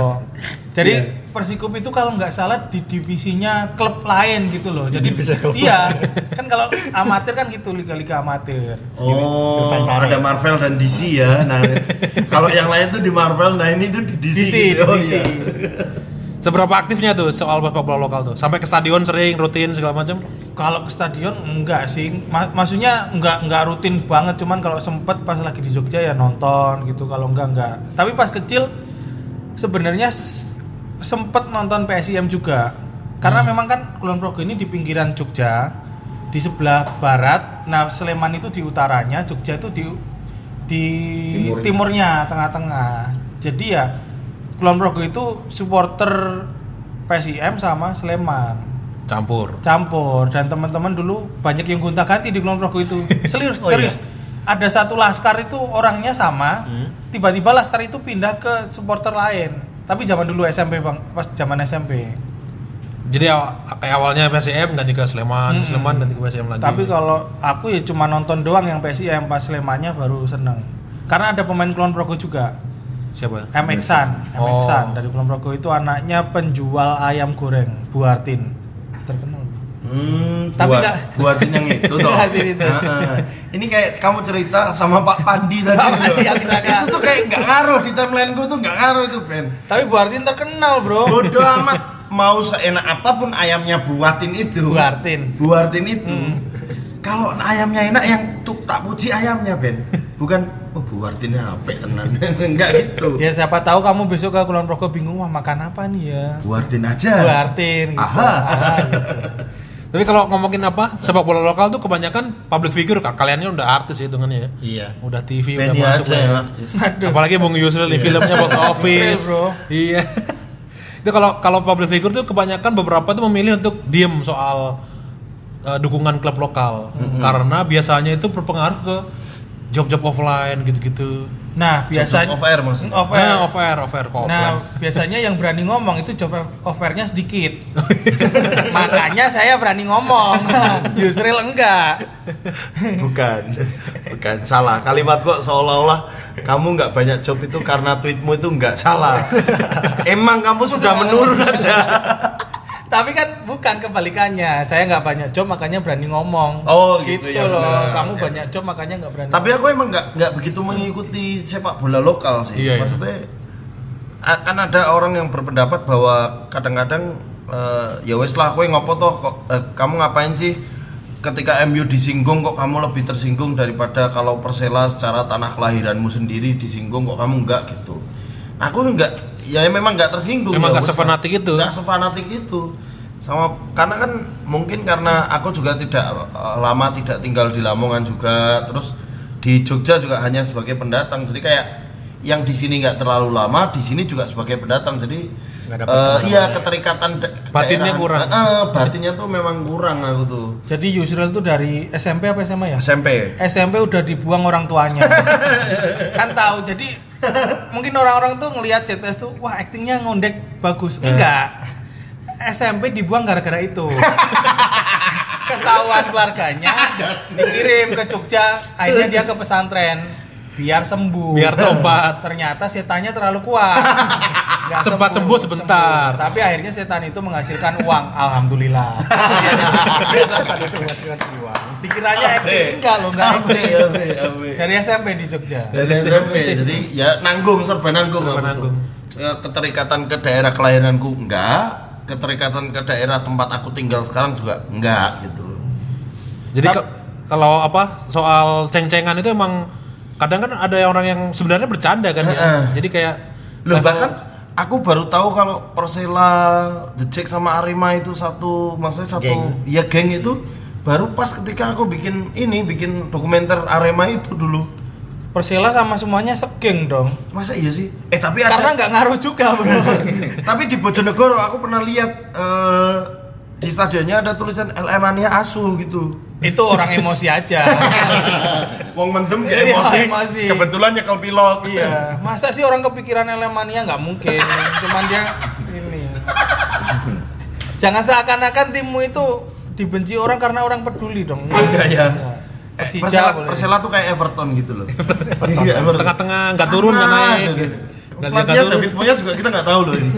Speaker 3: Jadi Persikub itu kalau nggak salah di divisinya klub lain gitu loh. Jadi
Speaker 2: divisi klub
Speaker 3: iya. Kan kalau amatir kan gitu liga-liga amatir.
Speaker 4: Oh,
Speaker 2: Nusantara.
Speaker 4: ada Marvel dan DC ya. Nah, kalau yang lain tuh di Marvel, nah ini tuh di DC.
Speaker 3: DC,
Speaker 4: gitu. Oh,
Speaker 3: DC.
Speaker 4: iya.
Speaker 1: Seberapa aktifnya tuh soal sepak bola lokal tuh? Sampai ke stadion sering, rutin segala macam.
Speaker 3: Kalau ke stadion enggak sih, Ma- maksudnya enggak enggak rutin banget, cuman kalau sempet pas lagi di Jogja ya nonton gitu, kalau enggak enggak. Tapi pas kecil sebenarnya s- sempet nonton PSIM juga, karena memang kan Kulon Progo ini di pinggiran Jogja, di sebelah barat. Nah Sleman itu di utaranya, Jogja itu di di timurnya, tengah-tengah. Jadi ya Kulon Progo itu supporter PSIM sama Sleman
Speaker 1: Campur.
Speaker 3: campur dan teman-teman dulu banyak yang gonta ganti di Kulon Progo itu serius serius ada satu laskar itu orangnya sama tiba-tiba laskar itu pindah ke supporter lain tapi zaman dulu SMP bang pas zaman SMP
Speaker 1: Jadi aw- kayak awalnya PSM ganti ke Sleman, Sleman ganti ke PSM lagi.
Speaker 3: tapi kalau aku ya cuma nonton doang yang PSIM pas Slemannya baru seneng karena ada pemain Kulon Progo juga
Speaker 1: siapa?
Speaker 3: MXan
Speaker 1: Oh.
Speaker 3: MXan dari Kulon Progo itu anaknya penjual ayam goreng Buartin terkenal
Speaker 4: Hmm,
Speaker 3: Tapi
Speaker 4: buat,
Speaker 3: nggak-
Speaker 4: buatin yang itu toh.
Speaker 3: Buatin itu.
Speaker 4: Heeh. ini kayak kamu cerita sama Pak Pandi tadi.
Speaker 3: Pak
Speaker 4: loh.
Speaker 3: Pandi yang kita ada.
Speaker 4: itu tuh kayak nggak ngaruh di timeline gue tuh nggak ngaruh itu Ben.
Speaker 3: tapi Buartin terkenal bro
Speaker 4: Bodoh amat mau seenak apapun ayamnya buatin itu.
Speaker 3: Buartin
Speaker 4: Buatin itu.
Speaker 3: Hmm.
Speaker 4: Kalau ayamnya enak yang tuh tak puji ayamnya Ben. Bukan oh buatinnya apa tenan. Enggak gitu.
Speaker 3: Ya siapa tahu kamu besok ke Kulon Progo bingung wah makan apa nih ya.
Speaker 4: Buatin aja.
Speaker 3: Buartin gitu.
Speaker 4: Eh. Aha.
Speaker 3: Aha, gitu.
Speaker 1: Tapi kalau ngomongin apa sepak bola lokal tuh kebanyakan public figure Kak. kaliannya udah artis ya hitungannya ya.
Speaker 2: Iya.
Speaker 1: Udah TV
Speaker 4: Benny
Speaker 1: udah
Speaker 4: aja
Speaker 1: lah.
Speaker 4: ya.
Speaker 3: Aduh.
Speaker 1: Apalagi Bung Yusril di filmnya box office.
Speaker 3: Yusril, bro.
Speaker 1: Iya. Itu kalau kalau public figure tuh kebanyakan beberapa tuh memilih untuk diem soal eh, dukungan klub lokal karena biasanya itu berpengaruh ke job-job offline gitu-gitu.
Speaker 3: Nah, biasanya
Speaker 4: Off air maksudnya.
Speaker 3: Off air.
Speaker 1: Eh, off air, off air kok.
Speaker 3: Nah, biasanya yang berani ngomong itu job offernya sedikit.
Speaker 4: Oh, iya.
Speaker 3: Makanya saya berani ngomong. Yusril enggak.
Speaker 4: Bukan. Bukan salah. Kalimat kok seolah-olah kamu nggak banyak job itu karena tweetmu itu nggak salah. Emang kamu sudah menurun aja.
Speaker 3: Tapi kan bukan kebalikannya. Saya nggak banyak job makanya berani ngomong.
Speaker 4: Oh, gitu, ya
Speaker 3: loh.
Speaker 4: benar.
Speaker 3: Kamu
Speaker 4: Ya.
Speaker 3: banyak job makanya nggak berani.
Speaker 4: Tapi aku emang nggak nggak begitu mengikuti sepak bola lokal
Speaker 1: Iya,
Speaker 4: sih.
Speaker 1: iya.
Speaker 4: Maksudnya akan ada orang yang berpendapat bahwa kadang-kadang eh, ya wes lah kowe ngopo toh kok eh, kamu ngapain sih ketika MU disinggung kok kamu lebih tersinggung daripada kalau Persela secara tanah kelahiranmu sendiri disinggung kok kamu nggak gitu. Aku nggak ya memang nggak tersinggung.
Speaker 1: Emang
Speaker 4: ya
Speaker 1: nggak
Speaker 4: wes lah.
Speaker 1: sefanatik itu.
Speaker 4: Nggak sefanatik itu sama karena kan mungkin karena aku juga tidak eh, lama tidak tinggal di Lamongan juga terus di Jogja juga hanya sebagai pendatang jadi kayak yang di sini nggak terlalu lama di sini juga sebagai pendatang jadi
Speaker 2: Nggak dapat
Speaker 4: eh,
Speaker 2: pengalaman
Speaker 4: iya keterikatan da-
Speaker 1: ya? Batinnya
Speaker 4: daerah-
Speaker 1: kurang.
Speaker 4: Eh, batinnya tuh memang kurang aku tuh
Speaker 3: Jadi Yusril tuh dari SMP apa SMA ya?
Speaker 4: SMP
Speaker 3: SMP udah dibuang orang tuanya kan tahu jadi mungkin orang-orang tuh ngelihat CTS tuh wah aktingnya ngondek bagus
Speaker 1: Iya.
Speaker 3: enggak SMP dibuang gara-gara itu ketahuan keluarganya dikirim ke Jogja akhirnya dia ke pesantren biar sembuh
Speaker 1: Biar tobat.
Speaker 3: ternyata setannya terlalu kuat Nggak
Speaker 1: Sempat sembuh sebentar.
Speaker 3: tapi akhirnya setan itu menghasilkan uang alhamdulillah
Speaker 2: Tadi itu masih jiwa.
Speaker 3: dikiranya acting enggak loh enggak acting ya,
Speaker 4: Iya,
Speaker 3: dari SMP di Jogja
Speaker 4: dari SMP jadi ya nanggung serba nanggung
Speaker 1: Serba
Speaker 4: aku tuh.
Speaker 1: nanggung.
Speaker 4: Ya, keterikatan ke daerah kelahiranku enggak keterikatan ke daerah tempat aku tinggal sekarang juga enggak gitu loh
Speaker 1: Jadi ke- kalau apa soal ceng-cengan itu emang kadang kan ada orang yang sebenarnya bercanda kan ya.
Speaker 4: Heeh.
Speaker 1: Jadi kayak
Speaker 4: Loh
Speaker 1: level-
Speaker 4: bahkan aku baru tahu kalau Persela, The Jack sama Arema itu satu maksudnya satu ya geng itu baru pas ketika aku bikin ini bikin dokumenter Arema itu dulu.
Speaker 3: Persela sama semuanya segeng dong.
Speaker 4: Masa iya sih? Eh tapi
Speaker 3: Karena
Speaker 4: ada
Speaker 3: nggak ngaruh juga bro.
Speaker 4: tapi di Bojonegoro aku pernah lihat eh, di stadionnya ada tulisan Elemania Asuh gitu.
Speaker 3: Itu orang emosi aja.
Speaker 4: Wong mendem
Speaker 3: kayak Iya, emosi. emosi.
Speaker 4: Kebetulan nyekel pilot.
Speaker 3: iya. Masa sih orang kepikiran elemania nggak mungkin. Cuman dia ini. Jangan seakan-akan timmu itu dibenci orang karena orang peduli dong.
Speaker 4: Enggak ya. Eh,
Speaker 3: Persija
Speaker 4: Persela,
Speaker 3: boleh.
Speaker 4: Persela tuh kayak Everton gitu loh. Iya, Everton.
Speaker 1: Tengah-tengah nggak turun nggak
Speaker 4: Mana
Speaker 1: naik.
Speaker 4: ada dia?
Speaker 1: Nggak
Speaker 4: Platnya
Speaker 1: nggak turun.
Speaker 4: David Moyes juga kita nggak tahu loh ini.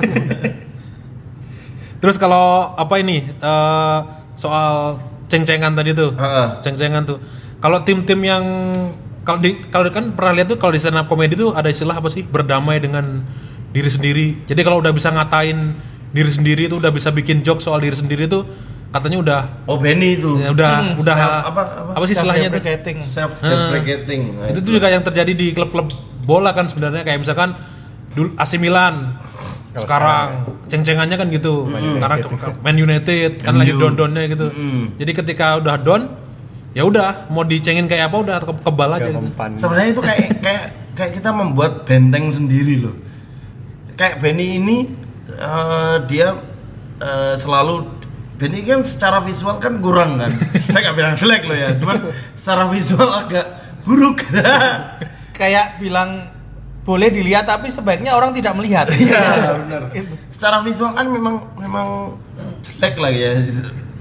Speaker 1: Terus kalau apa ini eh, soal ceng-cengan tadi tuh,
Speaker 4: Heeh.
Speaker 1: ceng-cengan tuh. Kalau tim-tim yang kalau di kalau kan pernah lihat tuh kalau di stand up comedy tuh ada istilah apa sih berdamai dengan diri sendiri. Jadi kalau udah bisa ngatain diri sendiri tuh udah bisa bikin joke soal diri sendiri tuh katanya udah
Speaker 4: Oh Benny itu. Hmm.
Speaker 1: ya udah udah
Speaker 4: self-
Speaker 1: apa,
Speaker 4: apa- apa?
Speaker 1: sih istilahnya tuh?
Speaker 3: Self-deprecating.
Speaker 4: Self deprecating. Nah,
Speaker 1: itu tuh juga yang terjadi di klub-klub bola kan sebenarnya kayak misalkan dulu AC Milan sekarang ceng-cengannya kan gitu sekarang ke- ke- Man United kan lagi down-downnya gitu jadi ketika udah down ya udah mau dicengin kayak apa udah ke- kebal aja gitu.
Speaker 2: Kelempan.
Speaker 4: Sebenarnya itu kayak kayak kayak kita membuat benteng sendiri loh. Kayak Benny ini eh, dia eh, selalu Benny kan secara visual kan kurang kan. Saya nggak bilang jelek loh ya, cuman secara visual agak buruk.
Speaker 3: Kayak bilang boleh dilihat tapi sebaiknya orang tidak melihat.
Speaker 4: Iya benar. Secara visual kan memang memang jelek lah ya,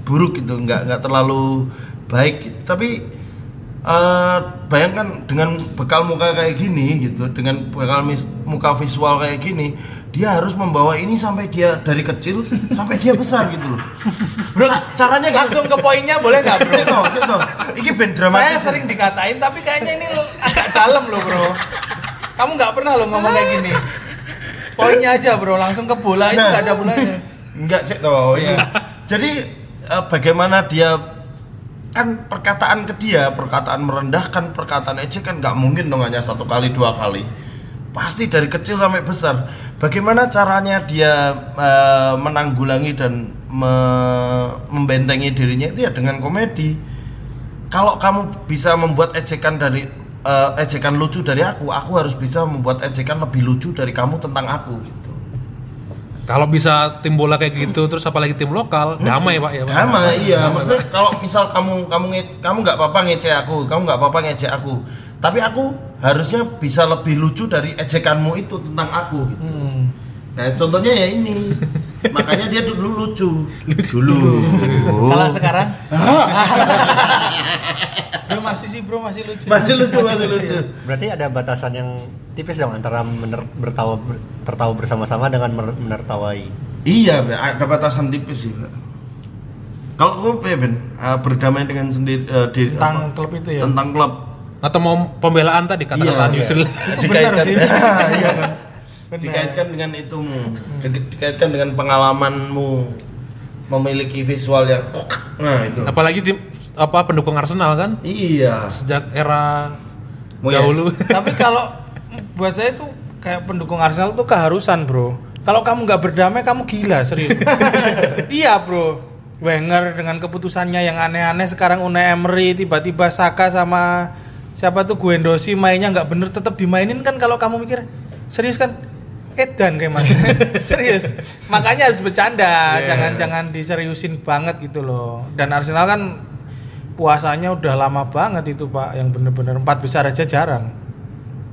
Speaker 4: buruk gitu, nggak nggak terlalu baik. gitu. Tapi eh, bayangkan dengan bekal muka kayak gini gitu, dengan bekal mis- muka visual kayak gini, dia harus membawa ini sampai dia dari kecil sampai dia besar gitu loh. Bro, caranya nggak
Speaker 3: Langsung ke poinnya boleh nggak bro?
Speaker 4: Sito, sito. Iki band dramatis.
Speaker 3: Saya sering dikatain tapi kayaknya ini lo- agak dalam loh bro. Kamu nggak pernah lo ngomong kayak gini. Poinnya aja bro, langsung ke bola itu
Speaker 4: Nah.
Speaker 3: nggak ada Nah. bolanya.
Speaker 4: Enggak sih toh ya. Jadi eh, bagaimana dia kan perkataan ke dia, perkataan merendahkan, perkataan ejekan nggak mungkin dong hanya satu kali dua kali. Pasti dari kecil sampai besar. Bagaimana caranya dia eh, menanggulangi dan me- membentengi dirinya itu ya dengan komedi. Kalau kamu bisa membuat ejekan dari eh, ejekan lucu dari aku, aku harus bisa membuat ejekan lebih lucu dari kamu tentang aku gitu.
Speaker 1: kalau bisa tim bola kayak gitu terus apalagi tim lokal damai pak ya Pak.
Speaker 4: Sama iya, maksudnya kalau misal kamu kamu nge- kamu nggak apa-apa ngecek aku, kamu nggak apa-apa ngecek aku, tapi aku harusnya bisa lebih lucu dari ejekanmu itu tentang aku gitu. Nah contohnya ya ini, makanya dia dulu lucu. Dulu.
Speaker 3: Kalau sekarang,
Speaker 4: Ah.
Speaker 3: bro masih sih bro masih lucu.
Speaker 4: Masih lucu, masih lucu.
Speaker 2: Berarti ada batasan yang tipis dong antara mener- bertawa ber- tertawa bersama-sama dengan mer- menertawai.
Speaker 4: Iya, Bre, ada batasan tipis sih. Bre. Kalau kamu apa ya, Ben, Eh, berdamai dengan sendiri eh, diri-
Speaker 3: Tentang
Speaker 4: apa?
Speaker 3: klub itu ya?
Speaker 4: Tentang klub.
Speaker 1: atau mau pembelaan tadi kata-kata
Speaker 4: Iya,
Speaker 1: Yusril
Speaker 3: Itu benar sih.
Speaker 4: Iya.
Speaker 3: Benar.
Speaker 4: dikaitkan dengan itumu di- dikaitkan dengan pengalamanmu memiliki visual yang nah itu
Speaker 1: apalagi tim apa pendukung Arsenal kan
Speaker 4: iya ya?
Speaker 1: sejak era
Speaker 4: Moyes.
Speaker 1: dahulu
Speaker 3: Tapi kalau buat saya itu kayak pendukung Arsenal tuh keharusan, Bro. Kalau kamu nggak berdamai, kamu gila serius. iya, Bro. Wenger dengan keputusannya yang aneh-aneh sekarang Unai Emery tiba-tiba Saka sama siapa tuh Guendouzi mainnya nggak bener tetap dimainin kan kalau kamu mikir serius kan edan kayak mas serius makanya harus bercanda jangan jangan diseriusin banget gitu loh dan Arsenal kan puasanya udah lama banget itu pak yang bener-bener empat besar aja jarang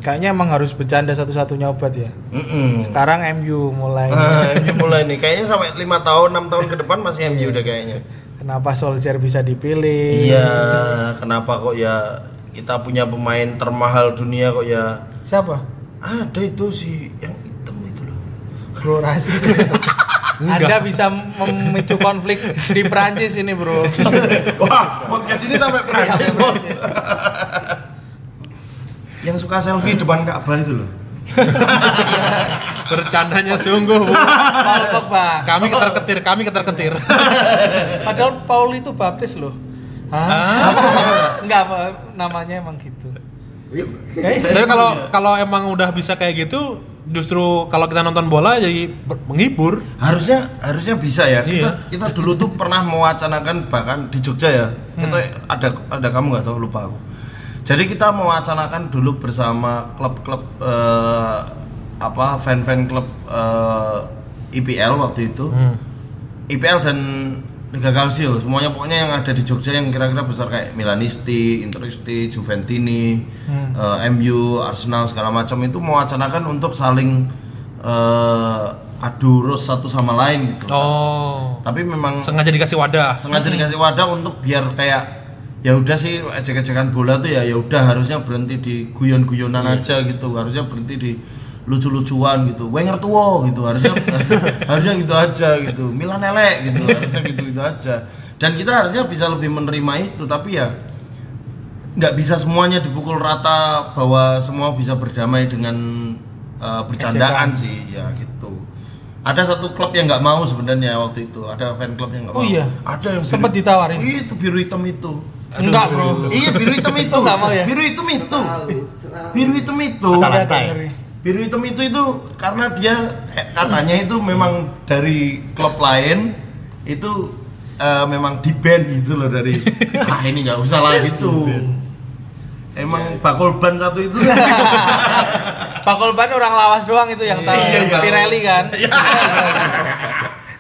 Speaker 3: Kayaknya emang harus bercanda satu-satunya obat ya.
Speaker 4: Mm-mm.
Speaker 3: Sekarang MU mulai.
Speaker 4: Ah, MU mulai nih kayaknya sampai lima tahun enam tahun ke depan masih MU udah kayaknya
Speaker 3: Kenapa Solskjaer bisa dipilih?
Speaker 4: iya kenapa kok ya kita punya pemain termahal dunia kok ya
Speaker 3: Siapa?
Speaker 4: ada itu si yang hitam itu loh
Speaker 3: Bro rasis. Anda bisa memicu konflik di Prancis ini, Bro.
Speaker 4: wah podcast ini sampai Perancis bos yang suka selfie depan Ka'bah itu loh
Speaker 1: bercandanya sungguh Bu.
Speaker 3: Paul Pogba.
Speaker 1: kami ketar-ketir kami ketar-ketir
Speaker 3: Padahal Paul itu baptis loh. Hah?
Speaker 4: Ah.
Speaker 3: Enggak apa namanya emang gitu.
Speaker 1: tapi kalau kalau emang udah bisa kayak gitu justru kalau kita nonton bola jadi ber- menghibur.
Speaker 4: harusnya harusnya bisa ya kita,
Speaker 1: Iya.
Speaker 4: kita dulu tuh pernah mewacanakan bahkan di Jogja ya kita ada ada kamu nggak tahu lupa aku jadi kita mewacanakan dulu bersama klub-klub eh, apa fan-fan klub eh, IPL waktu itu IPL dan Liga Calcio semuanya pokoknya yang ada di Jogja yang kira-kira besar kayak Milanisti, Interisti, Juventini, eh, MU, Arsenal segala macam itu mewacanakan untuk saling eh, adu rus satu sama lain gitu.
Speaker 1: Oh,
Speaker 4: Tapi memang
Speaker 1: sengaja dikasih wadah.
Speaker 4: Iya, sengaja dikasih wadah untuk biar kayak ya udah sih ejek-ejekan bola tuh ya ya udah harusnya berhenti di guyon-guyonan
Speaker 3: Iya.
Speaker 4: aja gitu harusnya berhenti di lucu-lucuan gitu Wenger tuwo gitu harusnya harusnya gitu aja gitu Milan elek gitu harusnya gitu gitu aja dan kita harusnya bisa lebih menerima itu tapi ya nggak bisa semuanya dipukul rata bahwa semua bisa berdamai dengan eh, bercandaan sih ya gitu ada satu klub yang nggak mau sebenarnya waktu itu ada fan klub yang nggak
Speaker 3: Oh
Speaker 4: mau
Speaker 3: iya.
Speaker 4: ada yang biru-
Speaker 3: Sempet ditawarin.
Speaker 4: Iya, itu biru hitam itu
Speaker 3: Enggak, Bro.
Speaker 4: iya biru hitam itu
Speaker 3: Oh, nggak mau ya?
Speaker 4: biru hitam itu biru hitam itu
Speaker 2: Atalanta.
Speaker 4: biru hitam itu itu karena dia eh, katanya itu memang dari klub lain itu eh, memang di band gitu loh dari ah ini nggak usah lah gitu
Speaker 3: Ya,
Speaker 4: emang bakul ban satu itu
Speaker 3: Pak Kolban orang lawas doang itu yang tahu
Speaker 4: Iya, iya.
Speaker 3: Pirelli kan.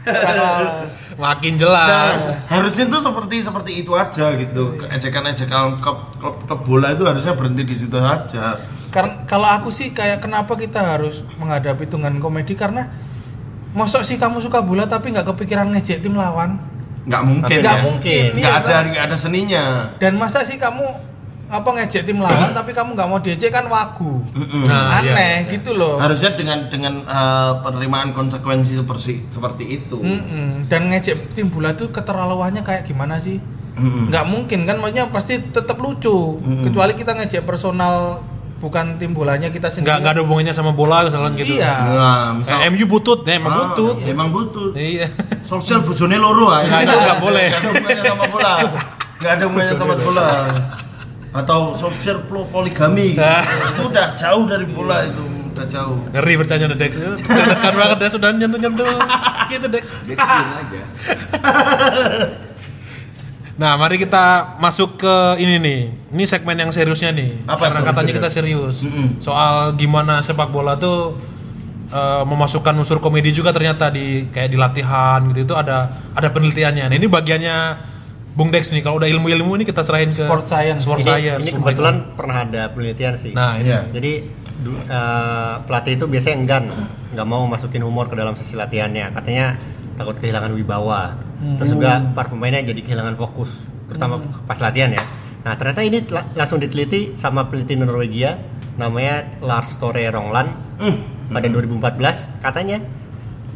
Speaker 3: Orang lawas.
Speaker 1: Makin
Speaker 4: Nah,
Speaker 1: jelas.
Speaker 4: harusnya tuh seperti seperti itu aja gitu
Speaker 3: Iya,
Speaker 4: ejekan-ejekan klub klub, klub bola itu harusnya berhenti di situ aja
Speaker 3: Karena kalau aku sih kayak kenapa kita harus menghadapi dengan komedi karena mosok sih kamu suka bola tapi nggak kepikiran ngejek tim lawan
Speaker 4: nggak mungkin
Speaker 3: Nggak
Speaker 4: ya.
Speaker 3: mungkin.
Speaker 4: nggak
Speaker 3: Iya,
Speaker 4: ada nggak ada seninya
Speaker 3: dan masa sih kamu apa ngejek tim lawan tapi kamu nggak mau diejek kan wagu
Speaker 1: Nah, iya.
Speaker 3: aneh gitu loh
Speaker 4: harusnya dengan dengan eh, penerimaan konsekuensi seperti seperti itu
Speaker 1: Hmm.
Speaker 3: Mm-mm. dan ngejek tim bola tuh keterlaluannya kayak gimana sih
Speaker 4: Mm-mm.
Speaker 3: nggak mungkin kan maksudnya pasti tetap lucu kecuali kita ngejek personal bukan tim bolanya kita
Speaker 1: Nggak
Speaker 3: sendiri
Speaker 1: nggak ada hubungannya sama bola misalnya gitu.
Speaker 3: Iya.
Speaker 4: nah, misal-
Speaker 1: Eh, MU butut, ya emang
Speaker 4: Ah,
Speaker 1: butut.
Speaker 4: emang butut
Speaker 1: Iya.
Speaker 4: sosial bojone loro ah
Speaker 1: Nah, itu nggak boleh.
Speaker 4: nggak ada hubungannya sama bola nggak ada hubungannya sama bola atau sosial pro- poligami gitu.
Speaker 1: Nah.
Speaker 4: itu udah jauh dari bola itu udah jauh
Speaker 1: Ngeri bertanya udah Dex. Kan banget Dex sudah nyentuh-nyentuh. Gitu Dex.
Speaker 5: Dia diem aja.
Speaker 1: Nah, mari kita masuk ke ini nih. Ini segmen yang seriusnya nih.
Speaker 4: Apa
Speaker 1: Karena
Speaker 4: tuh?
Speaker 1: katanya
Speaker 4: Serius?
Speaker 1: kita serius.
Speaker 4: Mm-mm.
Speaker 1: Soal gimana sepak bola tuh eh, memasukkan unsur komedi juga ternyata di kayak di latihan gitu itu ada ada penelitiannya. Nah, ini bagiannya Bung Dex nih. Kalau udah ilmu-ilmu ini kita serahin ke
Speaker 3: Sport science.
Speaker 1: Sport
Speaker 2: ini,
Speaker 1: science.
Speaker 2: ini kebetulan pernah ada penelitian sih.
Speaker 1: Nah, ini.
Speaker 4: Iya.
Speaker 2: Jadi du- eh, pelatih itu biasanya enggan, nggak mau masukin humor ke dalam sesi latihannya. Katanya takut kehilangan wibawa.
Speaker 1: Hmm.
Speaker 2: Terus juga para pemainnya jadi kehilangan fokus, terutama pas latihan ya. Nah ternyata ini la- langsung diteliti sama peneliti Norwegia, namanya Lars Tore Ronglan pada
Speaker 1: Hmm.
Speaker 2: 2014 katanya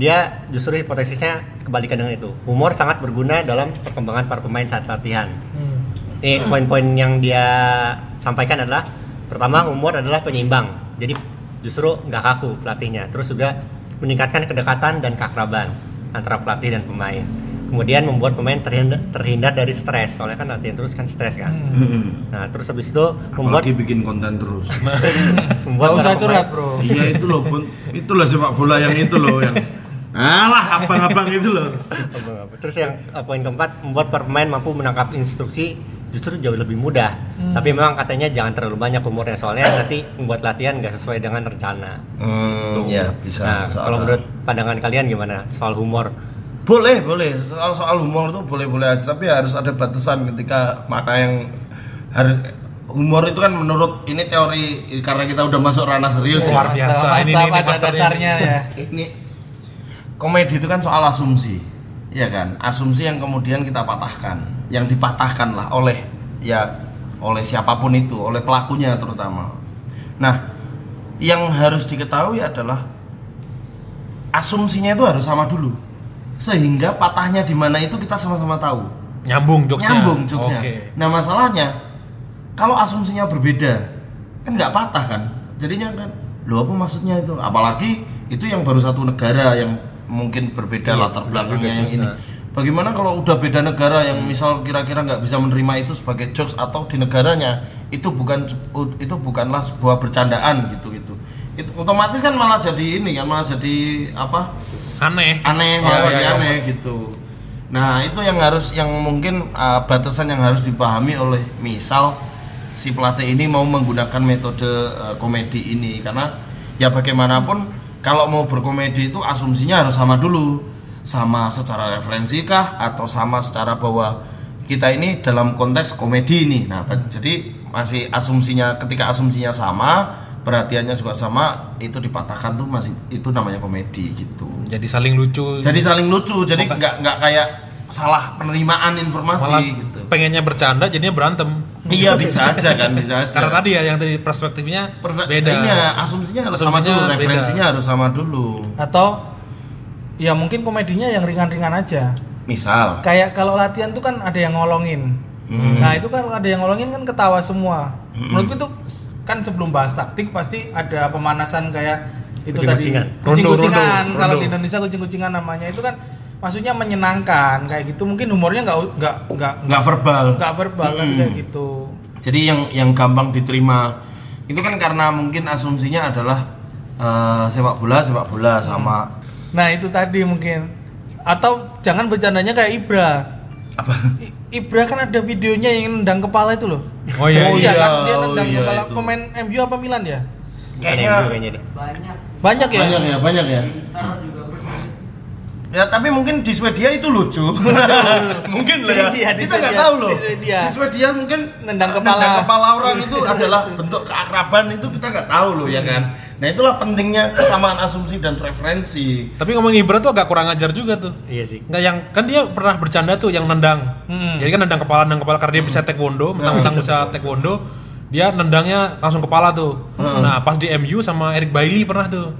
Speaker 2: dia justru hipotesisnya kebalikan dengan itu. Humor sangat berguna dalam perkembangan para pemain saat latihan.
Speaker 1: Hmm.
Speaker 2: Ini poin-poin yang dia sampaikan adalah pertama humor adalah penyeimbang. Jadi justru nggak kaku pelatihnya. Terus juga meningkatkan kedekatan dan keakraban antara pelatih dan pemain. Kemudian membuat pemain terhindar, terhindar dari stres. Soalnya kan latihan terus kan stres kan.
Speaker 3: Hmm.
Speaker 2: Nah, terus habis itu membuat
Speaker 4: apalagi bikin konten terus
Speaker 2: membuat
Speaker 3: nggak
Speaker 2: para
Speaker 3: usah
Speaker 2: pemain-
Speaker 3: curhat bro
Speaker 4: iya itu loh pun itulah sepak bola yang itu loh yang alah abang-abang itu loh
Speaker 2: Abang-abang. Terus yang eh, poin keempat membuat para pemain mampu menangkap instruksi justru jauh lebih mudah.
Speaker 3: Hmm.
Speaker 2: Tapi memang katanya jangan terlalu banyak umurnya soalnya nanti membuat latihan nggak sesuai dengan rencana.
Speaker 4: hmm, ya bisa
Speaker 2: nah,
Speaker 4: Soal-
Speaker 2: kalau menurut pandangan kalian gimana soal humor?
Speaker 4: boleh boleh soal soal humor tuh boleh boleh aja tapi harus ada batasan ketika mana yang harus humor itu kan menurut ini teori karena kita udah masuk ranah
Speaker 3: Oh,
Speaker 4: serius
Speaker 1: Luar
Speaker 4: ya.
Speaker 1: biasa.
Speaker 3: Mantap,
Speaker 1: Ini- ini- ini
Speaker 3: pada
Speaker 1: masternya.
Speaker 3: dasarnya ya
Speaker 4: Eh, ini komedi itu kan soal asumsi ya kan asumsi yang kemudian kita patahkan yang dipatahkan lah oleh ya oleh siapapun itu oleh pelakunya terutama nah yang harus diketahui adalah asumsinya itu harus sama dulu sehingga patahnya di mana itu kita sama-sama tahu
Speaker 1: Nyambung jokesnya.
Speaker 4: nyambung jokesnya
Speaker 1: Oke.
Speaker 4: nah masalahnya kalau asumsinya berbeda kan nggak patah kan jadinya kan lo apa maksudnya itu apalagi itu yang baru satu negara yang mungkin Iya, berbeda Nah. Hmm. latar belakangnya yang ini bagaimana kalau udah beda negara yang misal kira-kira nggak bisa menerima itu sebagai jokes atau di negaranya itu bukan itu bukanlah sebuah bercandaan gitu gitu itu otomatis kan malah jadi ini kan malah jadi apa
Speaker 1: aneh Iya,
Speaker 4: aneh malah
Speaker 1: iya,
Speaker 4: jadi
Speaker 1: iya.
Speaker 4: aneh gitu nah itu yang harus yang mungkin uh, batasan yang harus dipahami oleh misal si pelatih ini mau menggunakan metode uh, komedi ini karena ya bagaimanapun kalau mau berkomedi itu asumsinya harus sama dulu sama secara referensi kah atau sama secara bahwa kita ini dalam konteks komedi ini nah ba- jadi masih asumsinya ketika asumsinya sama perhatiannya juga sama itu dipatahkan tuh masih itu namanya komedi gitu
Speaker 1: jadi saling lucu
Speaker 4: jadi saling lucu jadi nggak nggak kayak salah penerimaan informasi
Speaker 1: malah
Speaker 4: gitu
Speaker 1: pengennya bercanda jadinya berantem
Speaker 4: iya bisa aja kan bisa aja
Speaker 1: karena tadi ya yang tadi perspektifnya
Speaker 4: Per-
Speaker 1: beda
Speaker 4: iya, asumsinya harus sama
Speaker 1: Asumsinya
Speaker 4: dulu
Speaker 1: beda.
Speaker 4: referensinya harus sama dulu
Speaker 3: atau ya mungkin komedinya yang ringan-ringan aja
Speaker 4: misal
Speaker 3: kayak kalau latihan tuh kan ada yang ngolongin nah itu kan ada yang ngolongin kan ketawa semua menurutku itu kan sebelum bahas taktik pasti ada pemanasan kayak itu tadi
Speaker 2: Kucing-kucingan.
Speaker 1: Rondo,
Speaker 3: kucing-kucingan
Speaker 1: rondo,
Speaker 3: kalau
Speaker 1: rondo.
Speaker 3: di Indonesia kucing-kucingan namanya itu kan maksudnya menyenangkan kayak gitu mungkin humornya nggak nggak nggak
Speaker 4: nggak verbal
Speaker 3: nggak verbal tapi kayak gitu
Speaker 4: jadi yang yang gampang diterima itu kan karena mungkin asumsinya adalah eh, sepak bola sepak bola sama
Speaker 3: Nah itu tadi mungkin atau jangan bercandanya kayak Ibra.
Speaker 4: apa
Speaker 3: I- Ibra kan ada videonya yang nendang kepala itu loh.
Speaker 1: Oh iya,
Speaker 4: Oh iya.
Speaker 3: kan dia nendang
Speaker 4: oh iya
Speaker 3: kepala
Speaker 4: itu.
Speaker 3: pemain MU apa Milan ya?
Speaker 2: Kayaknya
Speaker 4: Kayaknya-
Speaker 2: kayaknya deh.
Speaker 3: Banyak ya.
Speaker 4: banyak ya banyak ya ya tapi mungkin di Swedia itu lucu mungkin lah ya
Speaker 3: Iya, di
Speaker 4: kita nggak
Speaker 3: Swedia-
Speaker 4: tahu loh
Speaker 3: di Swedia.
Speaker 4: di Swedia mungkin
Speaker 3: Nendang
Speaker 4: eh,
Speaker 3: kepala.
Speaker 4: kepala orang itu adalah bentuk keakraban itu kita nggak tahu loh ya kan nah itulah pentingnya kesamaan asumsi dan referensi
Speaker 1: tapi ngomong Ibra tuh agak kurang ajar juga tuh
Speaker 2: Iya sih.
Speaker 1: Nggak yang kan dia pernah bercanda tuh yang nendang.
Speaker 3: Hmm.
Speaker 1: Jadi kan nendang kepala nendang kepala karena dia bisa
Speaker 4: Hmm.
Speaker 1: taekwondo,
Speaker 4: Iya,
Speaker 1: mentang-mentang bisa taekwondo, dia nendangnya langsung kepala tuh.
Speaker 4: Hmm.
Speaker 1: Nah, pas di MU sama Eric Bailey pernah tuh.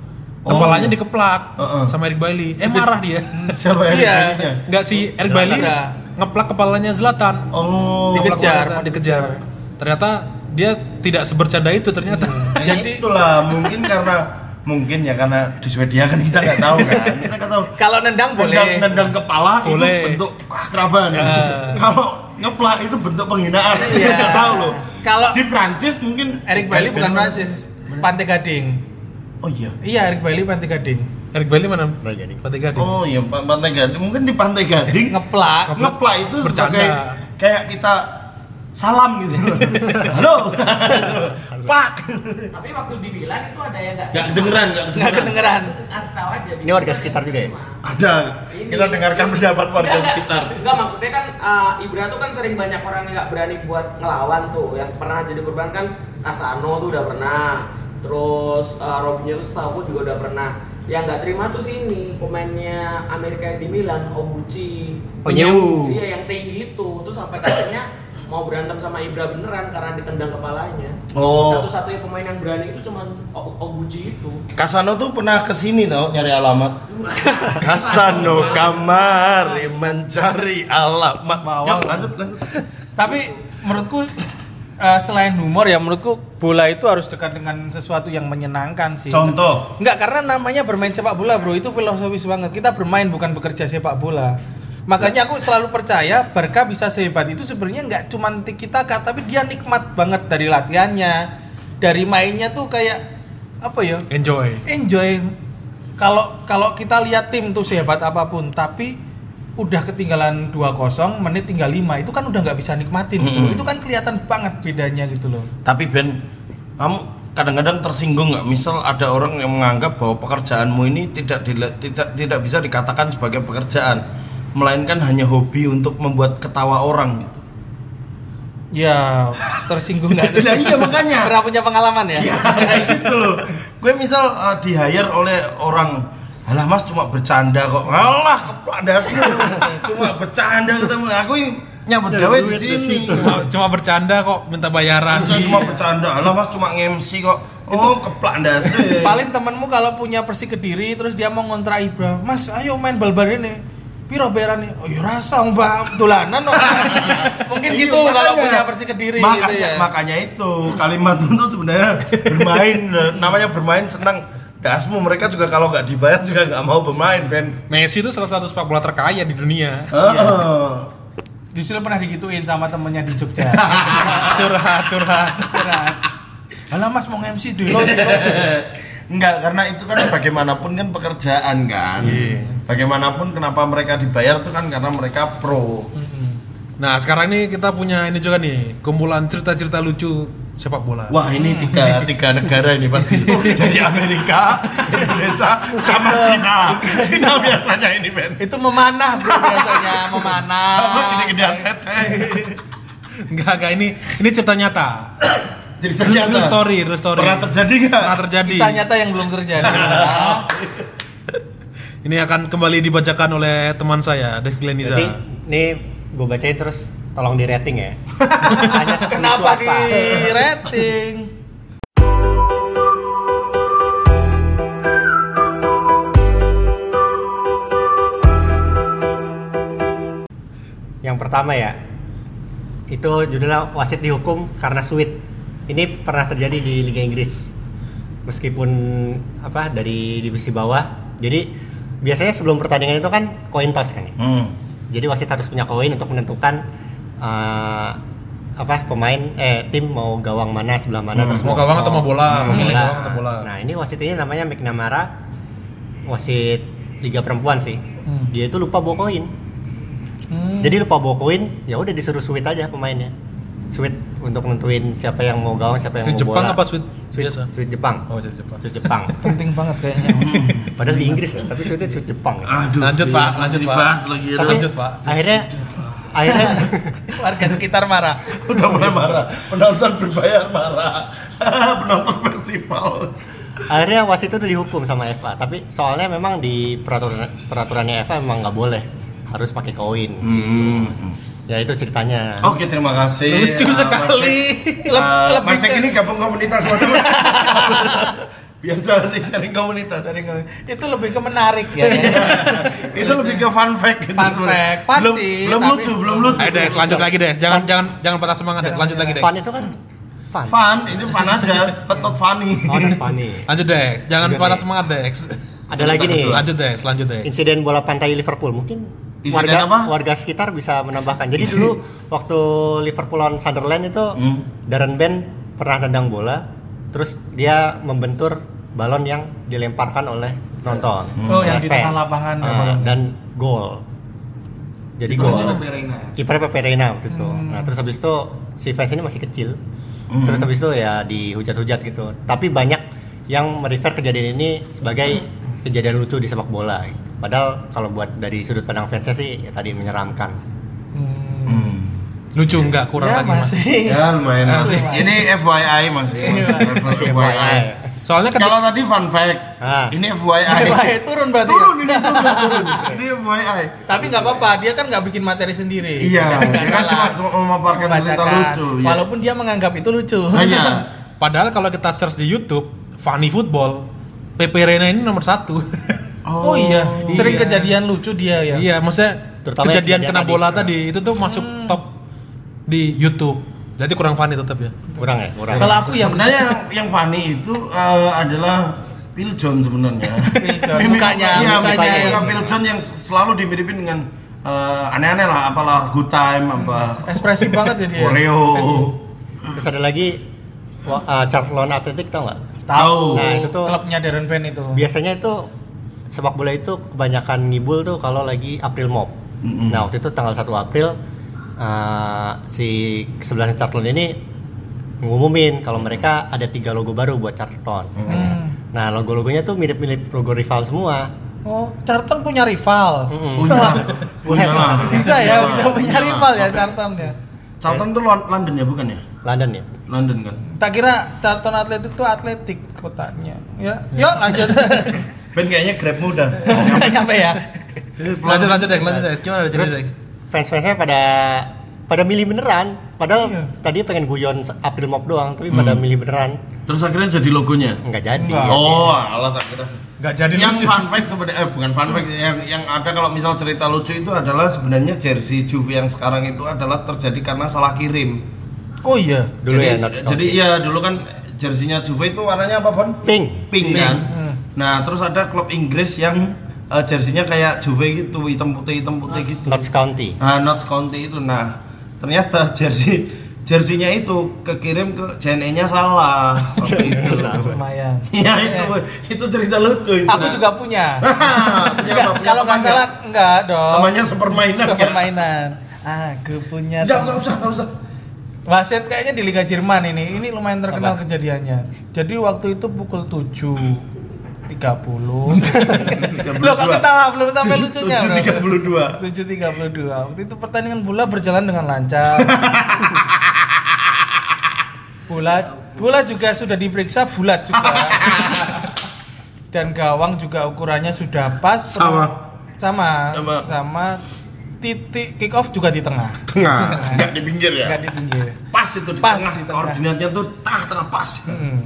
Speaker 1: Kepalanya dikeplak
Speaker 4: Oh, iya. Heeh.
Speaker 1: sama Eric Bailey. Eh marah dia.
Speaker 4: siapa yang
Speaker 3: Iya.
Speaker 4: dikasihnya?
Speaker 1: Enggak si Eric Bailey
Speaker 3: Nggak.
Speaker 1: ngeplak kepalanya Zlatan.
Speaker 4: oh
Speaker 3: Dikejar,
Speaker 1: Kepala- dikejar. Ternyata dia tidak sebercanda itu ternyata.
Speaker 4: Ya, itulah mungkin karena mungkin ya karena di Swedia kan kita nggak tahu kan kita nggak tahu
Speaker 3: Kalau nendang boleh.
Speaker 4: nendang, nendang kepala
Speaker 1: Boleh.
Speaker 4: itu bentuk keakraban kalau ngeplak itu bentuk penghinaan kita nggak tahu loh
Speaker 3: Kalau
Speaker 4: di Prancis mungkin
Speaker 3: Eric Bailly bukan
Speaker 4: Ben-
Speaker 3: Prancis, Pantai Gading.
Speaker 4: oh iya
Speaker 3: Iya Eric Bailly Pantai Gading.
Speaker 1: Eric Bailey mana?
Speaker 2: Baik jadi.
Speaker 1: Pantai Gading.
Speaker 4: oh iya pa- pantai gading mungkin di pantai gading
Speaker 3: Ngeplak.
Speaker 4: ngeplak itu
Speaker 1: Bercanda.
Speaker 4: sebagai kayak kita salam gitu halo pak
Speaker 6: Tapi waktu dibilang itu ada yang nggak
Speaker 4: nggak kedengeran nggak
Speaker 3: Nggak
Speaker 4: kedengeran
Speaker 3: kedengeran.
Speaker 6: ngasih tahu aja.
Speaker 2: Ini warga sekitar juga ya?
Speaker 4: ada kita dengarkan pendapat warga sekitar
Speaker 6: Enggak maksudnya kan eh, Ibra tuh kan sering banyak orang yang nggak berani buat ngelawan tuh. Yang pernah jadi korban kan Kasano tuh udah pernah. Terus eh, Robinho tuh setahu aku juga udah pernah. Yang nggak terima tuh sini pemainnya Amerika yang di Milan Oguchi.
Speaker 2: Onyewu.
Speaker 6: Iya yang tinggi itu. Terus sampai katanya mau berantem sama Ibra beneran karena ditendang kepalanya.
Speaker 4: Oh.
Speaker 6: Satu-satunya pemain yang berani itu cuman O- Oguchi itu.
Speaker 4: Kasano tuh pernah kesini tau nyari alamat. Kasano kamari mencari alamat.
Speaker 3: Bawang.
Speaker 4: Yuk, lanjut lanjut.
Speaker 3: Tapi menurutku eh, selain humor ya menurutku bola itu harus dekat dengan sesuatu yang menyenangkan sih.
Speaker 4: Contoh.
Speaker 3: Enggak, karena namanya bermain sepak bola, Bro. Itu filosofis banget. Kita bermain bukan bekerja sepak bola. Makanya aku selalu percaya Barca bisa sehebat itu sebenarnya nggak cuma tiki taka, tapi dia nikmat banget dari latihannya, dari mainnya tuh kayak apa ya?
Speaker 1: Enjoy.
Speaker 3: Enjoy. Kalau kalau kita lihat tim tuh sehebat apapun, tapi udah ketinggalan 2-0, menit tinggal 5, itu kan udah nggak bisa nikmatin gitu loh. Itu kan kelihatan banget bedanya gitu loh.
Speaker 4: Tapi Ben, kamu kadang-kadang tersinggung nggak? Misal ada orang yang menganggap bahwa pekerjaanmu ini tidak dila- tidak tidak bisa dikatakan sebagai pekerjaan, melainkan hanya hobi untuk membuat ketawa orang gitu.
Speaker 3: Ya, tersinggung nggak?
Speaker 4: Lah iya, makanya.
Speaker 3: Pernah punya pengalaman ya?
Speaker 4: kayak gitu loh gue misal uh, di hire oleh orang alah mas cuma bercanda kok alah kepadas lu cuma bercanda ketemu aku yang nyambut gawe di
Speaker 2: duit di
Speaker 4: sini
Speaker 2: situ.
Speaker 4: cuma,
Speaker 1: Cuma bercanda kok minta bayaran.
Speaker 3: Iya.
Speaker 4: cuma bercanda alah mas cuma ngemsi kok oh kepadas
Speaker 3: Paling temenmu kalau punya Persi Kediri terus dia mau ngontrak Ibra, "Mas, ayo main bal-bal ini." Piro bayarannya? Oh ya rasa mbak dolanan no. Mungkin
Speaker 4: Iya,
Speaker 3: gitu
Speaker 4: makanya.
Speaker 3: kalau punya Persi Kediri
Speaker 4: makanya,
Speaker 3: gitu ya.
Speaker 4: makanya itu kalimat itu sebenarnya bermain namanya bermain senang dasmu mereka juga kalau nggak dibayar juga nggak mau bermain Ben
Speaker 1: Messi itu salah satu sepak bola terkaya di dunia.
Speaker 3: Iya.
Speaker 4: Heeh.
Speaker 3: Justru pernah digituin sama temennya di Jogja.
Speaker 1: curhat curhat
Speaker 3: Curhat. Alah mas mau MC dulu.
Speaker 4: Enggak, karena itu kan bagaimanapun kan pekerjaan kan.
Speaker 1: Iya.
Speaker 4: Bagaimanapun kenapa mereka dibayar itu kan karena mereka pro.
Speaker 1: Nah sekarang ini kita punya ini juga nih kumpulan cerita-cerita lucu sepak bola.
Speaker 4: Wah ini tiga tiga negara ini pasti dari Amerika, Indonesia sama Cina. Cina biasanya ini Ben.
Speaker 7: Itu memanah bro biasanya, memanah.
Speaker 4: Sama gede-gedean tete.
Speaker 1: Enggak enggak ini ini cerita nyata.
Speaker 4: Jadi
Speaker 1: Real story, real story.
Speaker 4: Pernah terjadi nggak?
Speaker 1: Pernah terjadi.
Speaker 7: Kisah nyata yang belum terjadi.
Speaker 1: Ini akan kembali dibacakan oleh teman saya, Des Gleniza.
Speaker 2: Jadi ini gue bacain terus tolong di rating ya. Hanya seselucu
Speaker 7: Kenapa
Speaker 2: apa.
Speaker 7: di rating?
Speaker 2: Yang pertama ya. Itu judulnya wasit dihukum karena sweet. Ini pernah terjadi di Liga Inggris. Meskipun apa dari divisi bawah. Jadi biasanya sebelum pertandingan itu kan coin toss kan. ya?
Speaker 4: Hmm.
Speaker 2: Jadi wasit harus punya koin untuk menentukan eh, apa pemain eh tim mau gawang mana sebelah mana terus
Speaker 1: Hmm, mau gawang atau mau bola? Memilih
Speaker 2: bola.
Speaker 1: gawang atau bola.
Speaker 2: Nah, ini wasit ini namanya McNamara. Wasit Liga Perempuan sih.
Speaker 1: Hmm.
Speaker 2: Dia itu lupa bawa koin. Jadi lupa bawa koin, ya udah disuruh sweet aja pemainnya. Sweet untuk nentuin siapa yang mau gawang, siapa yang
Speaker 1: Sweet
Speaker 2: mau
Speaker 1: Jepang
Speaker 2: bola.
Speaker 1: apa sweet
Speaker 2: Sweet,
Speaker 1: biasa?
Speaker 2: sweet Jepang.
Speaker 1: Oh cerita Jepang.
Speaker 2: Sweet Jepang.
Speaker 7: Penting banget kayaknya.
Speaker 2: Padahal di Inggris ya, tapi sweetnya sweet Jepang. ya.
Speaker 4: Aduh,
Speaker 1: Lanjut,
Speaker 4: iya,
Speaker 1: Pak, lanjut, Pak.
Speaker 4: dibahas lagi ya.
Speaker 2: tapi
Speaker 1: Ah, lanjut, Pak.
Speaker 2: akhirnya akhirnya
Speaker 7: Warga sekitar marah.
Speaker 4: udah mulai marah penonton berbayar marah penonton festival
Speaker 2: akhirnya wasit itu dihukum sama FA tapi soalnya memang di peraturan peraturannya FA memang nggak boleh harus pakai koin
Speaker 4: Hmm,
Speaker 2: ya itu ceritanya
Speaker 1: Oh,
Speaker 4: oke terima kasih
Speaker 1: Lucu
Speaker 4: Ah,
Speaker 1: sekali.
Speaker 4: Mas Jack. Ah, Mas Jack ini gabung komunitas teman-teman. biasa nih sharing komunitas sharing komunitas. Iya.
Speaker 7: Itu lebih ke menarik ya.
Speaker 4: itu lebih ke fun fact gitu.
Speaker 7: Fun fact, fun
Speaker 4: belum,
Speaker 7: sih,
Speaker 4: belum
Speaker 7: tapi-
Speaker 4: lucu belum lucu
Speaker 1: Ayo deh, lanjut lagi deh. Jangan jangan jangan patah semangat deh. Lanjut lagi deh.
Speaker 2: fun itu kan fun,
Speaker 4: fun ini fun aja tetap funny
Speaker 2: Oh, not funny
Speaker 1: Lanjut deh. Jangan
Speaker 2: Lanjut,
Speaker 1: patah
Speaker 2: Dex.
Speaker 1: semangat deh.
Speaker 2: ada lagi nih
Speaker 1: Lanjut deh, lanjut deh.
Speaker 2: insiden bola pantai Liverpool mungkin
Speaker 4: Insiden
Speaker 2: warga
Speaker 4: apa?
Speaker 2: warga sekitar bisa menambahkan jadi dulu waktu Liverpool lawan Sunderland itu
Speaker 7: Hmm.
Speaker 2: Darren Ben pernah nendang bola terus dia membentur balon yang dilemparkan oleh penonton
Speaker 7: Oh,
Speaker 2: oleh
Speaker 7: yang di tengah lapangan.
Speaker 2: Ah, dan gol jadi gol kipernya Pepe Reina waktu itu nah terus habis itu si fans ini masih kecil terus habis itu ya dihujat-hujat gitu tapi banyak yang merefer kejadian ini sebagai kejadian lucu di sepak bola gitu. padahal kalau buat dari sudut pandang fansnya sih ya tadi menyeramkan
Speaker 1: Lucu enggak kurang
Speaker 2: Iya,
Speaker 7: ya
Speaker 1: lagi mas.
Speaker 7: masih.
Speaker 4: ya
Speaker 7: Iya,
Speaker 4: lumayan Mas.
Speaker 1: Masih.
Speaker 4: ini FYI masih
Speaker 2: Masih FYI.
Speaker 1: Soalnya ketika
Speaker 4: kalau tadi fun fact
Speaker 2: Ah.
Speaker 4: ini FYI
Speaker 7: Baik, turun berarti. ya?
Speaker 4: turun ini turun turun ini FYI
Speaker 7: Tapi nggak apa-apa, dia kan nggak bikin materi sendiri.
Speaker 4: iya
Speaker 7: Nggak
Speaker 4: dia kan cuma
Speaker 7: salah.
Speaker 4: cuma memaparkan cerita
Speaker 7: Membacakan.
Speaker 4: lucu Nah, iya. ya.
Speaker 7: Walaupun dia menganggap itu lucu.
Speaker 4: hanya
Speaker 1: padahal kalau kita search di YouTube, Funny Football, Pepe Reina ini nomor satu.
Speaker 7: Oh, iya, sering kejadian lucu dia ya.
Speaker 1: iya, maksudnya
Speaker 2: Terutama
Speaker 1: kejadian
Speaker 2: yang
Speaker 1: kena
Speaker 2: tadi. Iya. Hmm.
Speaker 1: bola tadi itu tuh masuk top di YouTube. Jadi kurang funny tetap ya.
Speaker 2: kurang ya kurang
Speaker 7: Kalau aku yang
Speaker 4: sebenarnya yang yang funny itu eh, adalah Phil John sebenarnya
Speaker 7: Phil John,
Speaker 4: Mimik-
Speaker 7: mukanya,
Speaker 4: iya,
Speaker 7: mukanya.
Speaker 4: mukanya muka Phil John yang selalu dimiripin dengan eh, aneh-aneh lah apalah good time apa
Speaker 7: ekspresif banget ya dia.
Speaker 4: Oreo
Speaker 2: terus ada lagi wa- ah, Charlotte Athletic tau nggak
Speaker 7: Tahu.
Speaker 3: Oh,
Speaker 2: Nah, itu tuh-
Speaker 7: klubnya Darren Penn itu.
Speaker 2: biasanya itu sepak bola itu kebanyakan ngibul tuh kalau lagi April Mop. Nah waktu itu tanggal 1 April eh, si sebelahnya Charlton ini ngumumin kalau mereka ada tiga logo baru buat Charlton. katanya. Nah logo-logonya tuh mirip-mirip logo rival semua.
Speaker 7: Oh, Charlton punya rival.
Speaker 4: punya punya lah
Speaker 7: Bisa ya,
Speaker 4: Punya
Speaker 7: bisa
Speaker 4: lah.
Speaker 7: punya rival ya Charlton ya.
Speaker 4: Charlton tuh Lon- London ya bukan ya
Speaker 2: London ya.
Speaker 4: London kan
Speaker 7: Tak kira Charlton Atletik tuh atletik kotanya. Ya,
Speaker 4: Iya.
Speaker 7: yuk lanjut.
Speaker 4: Ben kayaknya grab mudah
Speaker 7: Nggak nyampe ya.
Speaker 1: Lanjut lanjut deh, lanjut deh. Gimana jadi
Speaker 2: Terus
Speaker 1: Dex?
Speaker 2: fans-fansnya pada pada milih beneran. Padahal tadi pengen guyon April Mop doang, tapi pada milih beneran
Speaker 4: terus akhirnya jadi logonya
Speaker 2: nggak jadi.
Speaker 7: Iya.
Speaker 4: Mm.
Speaker 2: ya.
Speaker 4: oh alah tak kira
Speaker 1: Enggak jadi
Speaker 4: yang
Speaker 1: lucu.
Speaker 4: fun fact sebenarnya eh, bukan fun fact yang yang ada kalau misal cerita lucu itu adalah sebenarnya jersey Juve yang sekarang itu adalah terjadi karena salah kirim.
Speaker 7: Oh iya.
Speaker 2: Dulu ya
Speaker 4: jadi,
Speaker 2: not
Speaker 4: jadi iya dulu kan jersinya Juve itu warnanya apa, Bon?
Speaker 2: Pink.
Speaker 4: Pink kan. Nah, terus ada klub Inggris yang eh, jersinya kayak Juve gitu, hitam putih hitam putih gitu.
Speaker 2: Notts County.
Speaker 4: Nah, Notts County itu. Nah, ternyata jersey jersinya itu kekirim ke JNE-nya salah. Waktu itu.
Speaker 3: lumayan.
Speaker 4: Iya itu itu cerita lucu itu.
Speaker 3: Aku juga punya.
Speaker 4: Punya
Speaker 3: Enggak,
Speaker 4: apa? Punya
Speaker 3: kalau nggak
Speaker 4: teman
Speaker 3: salah enggak dong.
Speaker 4: Temannya sepermainan, ya?
Speaker 3: Sepermainan. Aku punya.
Speaker 4: Enggak,
Speaker 3: teman.
Speaker 4: enggak usah, enggak usah.
Speaker 3: Wasit kayaknya di Liga Jerman ini. Ini lumayan terkenal kejadiannya. Jadi waktu itu pukul 7 30 Loh kok ketawa belum sampai lucunya
Speaker 4: 732.
Speaker 3: 7.32 Waktu itu pertandingan bola berjalan dengan lancar Bola bola juga sudah diperiksa bulat juga Dan gawang juga ukurannya sudah pas
Speaker 4: Sama.
Speaker 3: Sama
Speaker 4: Sama.
Speaker 3: Sama Titik kick off juga di tengah
Speaker 4: Tengah, enggak di pinggir ya.
Speaker 3: Enggak di pinggir
Speaker 4: Pas itu di
Speaker 3: Pas
Speaker 4: tengah.
Speaker 3: di tengah.
Speaker 4: Koordinatnya tuh tengah-tengah pas.
Speaker 3: Hmm.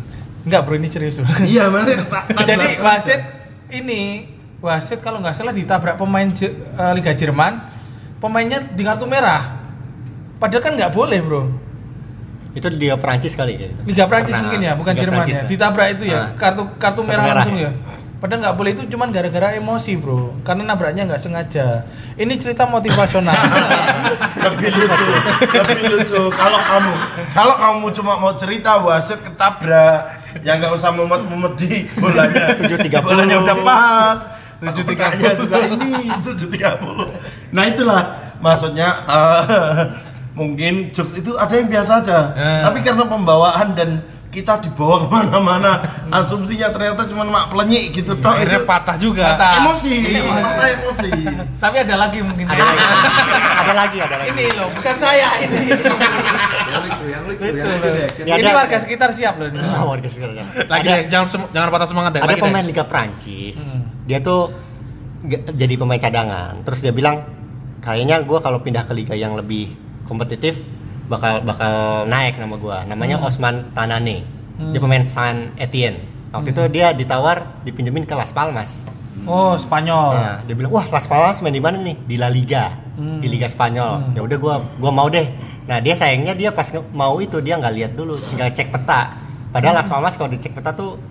Speaker 3: Enggak bro ini serius bro.
Speaker 4: Iya, mana? tak- tak
Speaker 3: Jadi
Speaker 4: jelaskan.
Speaker 3: wasit ini wasit kalau nggak salah ditabrak pemain Je- eh, Liga Jerman, pemainnya di kartu merah. Padahal kan nggak boleh bro.
Speaker 2: Itu di Liga Perancis kali kayaknya.
Speaker 3: Liga Prancis
Speaker 2: Pernah.
Speaker 3: mungkin ya, bukan
Speaker 2: Nah, Liga
Speaker 3: Jerman
Speaker 2: Perancis
Speaker 3: ya.
Speaker 2: lah.
Speaker 3: Ditabrak itu ya,
Speaker 2: Ah.
Speaker 3: kartu kartu merah
Speaker 2: merah
Speaker 3: langsung ya.
Speaker 2: ya.
Speaker 3: Padahal nggak boleh itu cuman gara-gara emosi bro, karena nabraknya nggak sengaja. Ini cerita motivasional.
Speaker 4: lebih lucu lebih lucu kalau kamu kalau kamu cuma mau cerita wasit ketabrak yang nggak usah mumet mumet di bolanya
Speaker 2: 7.30.
Speaker 4: bolanya udah pas tujuh tiga juga ini tujuh nah itulah maksudnya eh, mungkin jokes itu ada yang biasa aja tapi karena pembawaan dan kita dibawa kemana-mana asumsinya ternyata cuma mak pelenyik gitu toh
Speaker 1: akhirnya
Speaker 4: itu
Speaker 1: patah juga
Speaker 3: Patah.
Speaker 4: emosi mata emosi
Speaker 3: Tapi ada lagi mungkin. ya.
Speaker 2: Ada lagi. ada lagi, ada lagi.
Speaker 3: ini loh, bukan saya ini.
Speaker 4: yang lucu yang lucu
Speaker 2: Ya,
Speaker 3: ini
Speaker 2: ada-
Speaker 3: warga sekitar siap loh. ini.
Speaker 2: Ah, warga sekitarnya.
Speaker 1: lagi
Speaker 2: Ada-
Speaker 1: Dex, jangan sem- jangan patah semangat deh
Speaker 2: ada
Speaker 1: lagi
Speaker 2: pemain
Speaker 1: Dex.
Speaker 2: Liga Prancis
Speaker 3: Hmm.
Speaker 2: dia tuh nggak- jadi pemain cadangan terus dia bilang kayaknya gue kalau pindah ke liga yang lebih kompetitif bakal bakal naik nama gue namanya
Speaker 3: Hmm.
Speaker 2: Osman Tanane dia pemain San Etienne waktu
Speaker 3: Hmm.
Speaker 2: itu dia ditawar dipinjemin ke Las Palmas
Speaker 3: Oh Spanyol.
Speaker 2: Nah, dia bilang, "Wah, Las Palmas main di mana nih? Di La Liga, di Liga Spanyol." Ya udah gua gua mau deh. Nah, dia sayangnya dia pas nge- mau itu dia nggak lihat dulu, tinggal cek peta. Padahal Las Palmas kalau dicek peta tuh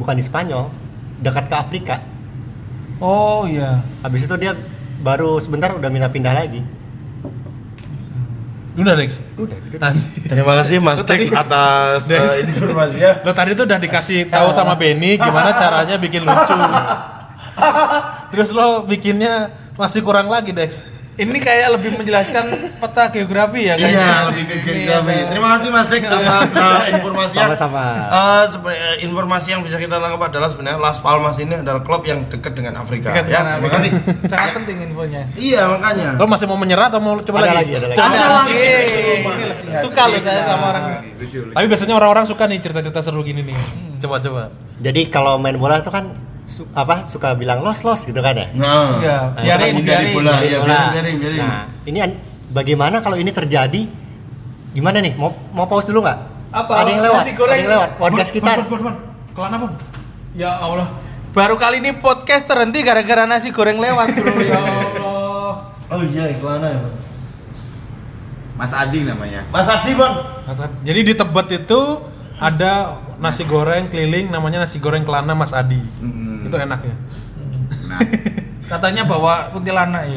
Speaker 2: bukan di Spanyol, dekat ke Afrika.
Speaker 3: Oh iya.
Speaker 2: Habis itu dia baru sebentar udah minta pindah lagi.
Speaker 1: udah Dex
Speaker 2: Udah gitu.
Speaker 1: nanti
Speaker 4: Terima kasih Mas Tex atas
Speaker 1: Dex.
Speaker 4: eh, informasinya.
Speaker 1: lo tadi tuh udah dikasih tahu sama Benny gimana caranya bikin lucu terus lo bikinnya masih kurang lagi Dex
Speaker 3: Ini kayak lebih menjelaskan peta geografi ya kayaknya.
Speaker 4: Iya, lebih ke geografi. Terima kasih Mas Tex atas eh, informasinya.
Speaker 2: Sama-sama.
Speaker 4: Eh, sebe- eh, informasi yang bisa kita tangkap adalah sebenarnya Las Palmas ini adalah klub yang dekat dengan Afrika.
Speaker 3: Dekat
Speaker 4: ya,
Speaker 3: dengan
Speaker 4: terima
Speaker 3: Afrika.
Speaker 4: kasih.
Speaker 3: gitu. Sangat penting infonya.
Speaker 4: iya, makanya.
Speaker 1: lo masih mau menyerah atau mau coba
Speaker 2: Ada
Speaker 1: lagi?
Speaker 2: lagi, ada lagi.
Speaker 3: Ada
Speaker 4: lagi.
Speaker 3: lagi. Ini loh, Iya, Suka loh saya sama orang.
Speaker 1: tapi biasanya orang-orang suka nih cerita-cerita seru gini nih
Speaker 3: Hmm.
Speaker 1: coba coba
Speaker 2: Jadi kalau main bola itu kan su- apa suka bilang los-los gitu kan ya?
Speaker 4: Nah,
Speaker 3: Iya, biarin,
Speaker 4: menghindari
Speaker 3: biarin.
Speaker 4: bola, iya,
Speaker 2: Bola.
Speaker 4: biarin, biarin, biarin.
Speaker 2: Nah, ini an- bagaimana kalau ini terjadi? Gimana nih? Mau mau pause dulu nggak?
Speaker 3: Apa?
Speaker 2: Ada yang lewat.
Speaker 3: Nasi goreng.
Speaker 2: Ada yang lewat. Warga sekitar.
Speaker 3: Ya Allah. Baru kali ini podcast terhenti gara-gara nasi goreng lewat, Bro. Ya Allah.
Speaker 4: Oh iya, iklan ya, Mas.
Speaker 8: Mas Adi namanya.
Speaker 4: Mas Adi, Bang.
Speaker 1: Mas Ad- jadi di Tebet itu ada nasi goreng keliling namanya nasi goreng kelana Mas Adi
Speaker 2: Mm-hmm.
Speaker 1: itu enaknya
Speaker 8: Nah,
Speaker 3: Katanya bawa kuntilanak ya.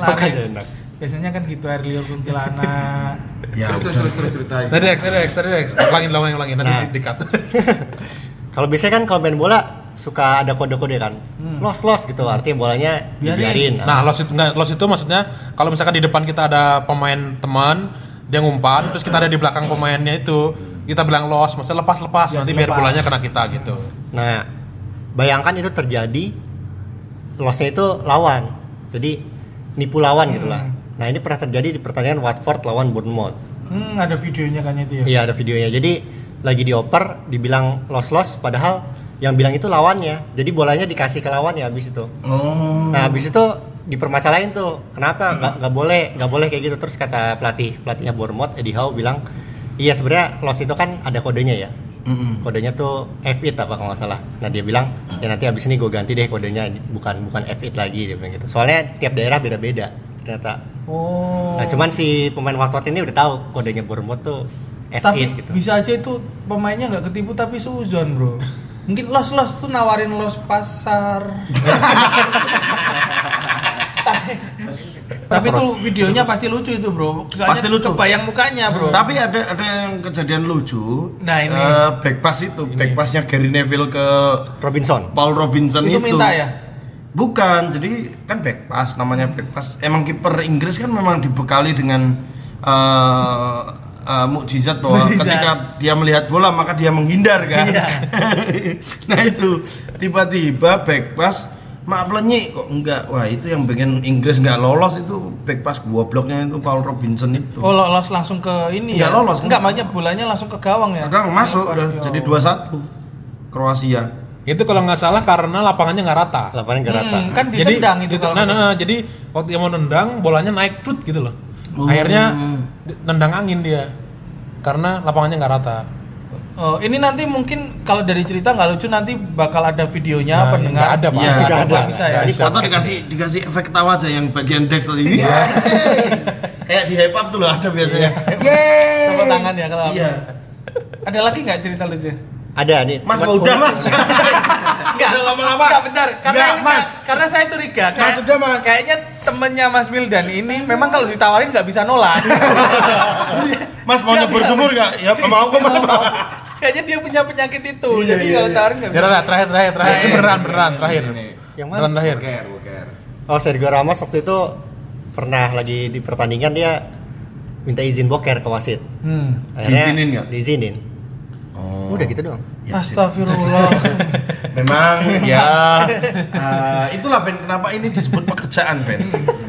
Speaker 2: Bukan
Speaker 3: Laris.
Speaker 2: enak.
Speaker 3: Biasanya kan gitu air liur kuntilanak.
Speaker 8: terus, terus terus terus cerita.
Speaker 1: Tadi Dex, tadi Dex, tadi Dex. Ulangin, ulangin, ulangin. Nanti
Speaker 2: Nah.
Speaker 1: di cut.
Speaker 2: Kalau biasanya kan kalau main bola suka ada kode-kode kan. Los-los gitu artinya bolanya
Speaker 3: Biarin.
Speaker 2: dibiarin.
Speaker 1: Nah, los itu enggak, los itu maksudnya kalau misalkan di depan kita ada pemain teman, dia ngumpan, terus kita ada di belakang pemainnya itu, kita bilang los, maksudnya lepas-lepas
Speaker 2: Iya,
Speaker 1: nanti biar
Speaker 3: lepas.
Speaker 1: bolanya kena kita gitu.
Speaker 2: Nah, bayangkan itu terjadi lossnya itu lawan. Jadi nipu lawan gitu lah. Nah, ini pernah terjadi di pertandingan Watford lawan Bournemouth.
Speaker 3: Hmm, ada videonya kan itu ya.
Speaker 2: Iya, ada videonya. Jadi lagi dioper dibilang los-los padahal yang bilang itu lawannya. Jadi bolanya dikasih ke lawannya habis itu.
Speaker 4: Oh.
Speaker 2: Nah, habis itu dipermasalahin tuh. Kenapa nggak nggak boleh, nggak boleh kayak gitu. Terus kata pelatih, pelatihnya Bournemouth Eddie Howe bilang, "Iya, sebenarnya loss itu kan ada kodenya ya." Kodenya tuh F8 apa kalau nggak salah. Nah, dia bilang, "Ya nanti habis ini gue ganti deh kodenya, bukan bukan F8 lagi." Dia bilang gitu. Soalnya tiap daerah beda-beda ternyata.
Speaker 3: Oh.
Speaker 2: Nah, cuman si pemain Watford ini udah tahu kodenya Bournemouth tuh F8
Speaker 3: tapi
Speaker 2: gitu.
Speaker 3: bisa aja itu pemainnya nggak ketipu tapi suzon bro mungkin los los tuh nawarin los pasar Tapi itu videonya pasti lucu itu, Bro. Kayaknya
Speaker 4: Pasti lucu.
Speaker 3: Kebayang mukanya, Bro.
Speaker 4: Tapi ada ada yang kejadian lucu.
Speaker 3: Nah, ini.
Speaker 4: Eh, back pass itu, back passnya Gary Neville ke
Speaker 2: Robinson
Speaker 4: Paul Robinson itu.
Speaker 3: Itu minta ya?
Speaker 4: Bukan, jadi kan back pass namanya back pass. Emang kiper Inggris kan memang dibekali dengan eh, eh, mukjizat bahwa
Speaker 3: Mukjizat.
Speaker 4: ketika dia melihat bola maka dia menghindar kan.
Speaker 3: Iya.
Speaker 4: nah itu tiba-tiba back pass maaf lenyik kok enggak. Wah, itu yang bikin Inggris enggak lolos itu back pass gobloknya itu Paul Robinson itu.
Speaker 3: Oh, lolos langsung ke ini
Speaker 4: Nggak
Speaker 3: ya?
Speaker 4: lolos,
Speaker 3: Enggak,
Speaker 4: kan?
Speaker 3: makanya bolanya langsung ke gawang ya?
Speaker 4: Tegang masuk
Speaker 3: Pas,
Speaker 4: udah
Speaker 3: ya
Speaker 4: jadi
Speaker 3: Allah.
Speaker 4: 2-1 Kroasia.
Speaker 1: Itu kalau nggak salah karena lapangannya nggak rata.
Speaker 2: lapangan gak rata
Speaker 3: Hmm, kan ditendang itu
Speaker 1: dit-
Speaker 3: kalau
Speaker 1: nah, nah, nah, jadi waktu dia mau nendang bolanya naik trut gitu loh. Akhirnya di- nendang angin dia karena lapangannya nggak rata.
Speaker 3: Oh, ini nanti mungkin kalau dari cerita nggak lucu nanti bakal ada videonya
Speaker 1: Nah,
Speaker 3: pendengar.
Speaker 1: nggak ada pak.
Speaker 4: Iya,
Speaker 1: Nggak
Speaker 2: nggak ada.
Speaker 1: Pak.
Speaker 3: Bisa ya?
Speaker 1: Nggak
Speaker 3: Ini
Speaker 1: bisa.
Speaker 4: Atau dikasih dikasih efek tawa aja yang bagian Dex tadi. Kayak di hype up tuh loh ada biasanya.
Speaker 3: Tepuk tangan ya kalau.
Speaker 4: Iya.
Speaker 3: Ada lagi nggak cerita lucu?
Speaker 2: ada nih
Speaker 4: Mas
Speaker 2: tempat
Speaker 4: mau udah
Speaker 2: umum.
Speaker 4: Mas.
Speaker 3: Enggak,
Speaker 4: Udah lama-lama.
Speaker 3: Enggak, bentar. Karena
Speaker 4: Enggak,
Speaker 3: ini,
Speaker 4: Mas.
Speaker 3: Kak, karena saya curiga. kayak-
Speaker 4: udah, Mas.
Speaker 3: Kayaknya temennya Mas Wildan ini memang kalau ditawarin nggak bisa nolak.
Speaker 4: Mas mau
Speaker 3: Nggak,
Speaker 4: nyebur
Speaker 3: nggak.
Speaker 4: sumur enggak? Ya mau kok Mas.
Speaker 3: kayaknya dia punya penyakit itu. jadi kalau ditawarin nggak
Speaker 1: Ya
Speaker 3: bisa.
Speaker 1: udah, udah, terakhir terakhir terakhir
Speaker 3: Terakhir. Iya,
Speaker 1: beneran beneran terakhir.
Speaker 2: Yang mana?
Speaker 1: Beneran terakhir.
Speaker 5: Care, we care.
Speaker 2: oh Sergio Ramos waktu itu pernah lagi di pertandingan dia minta izin boker ke wasit
Speaker 3: Hmm.
Speaker 4: Diizinin nggak? Oh.
Speaker 2: diizinin udah gitu dong
Speaker 3: Ya, Astagfirullah.
Speaker 4: Memang ya eh, itulah Ben kenapa ini disebut pekerjaan Ben.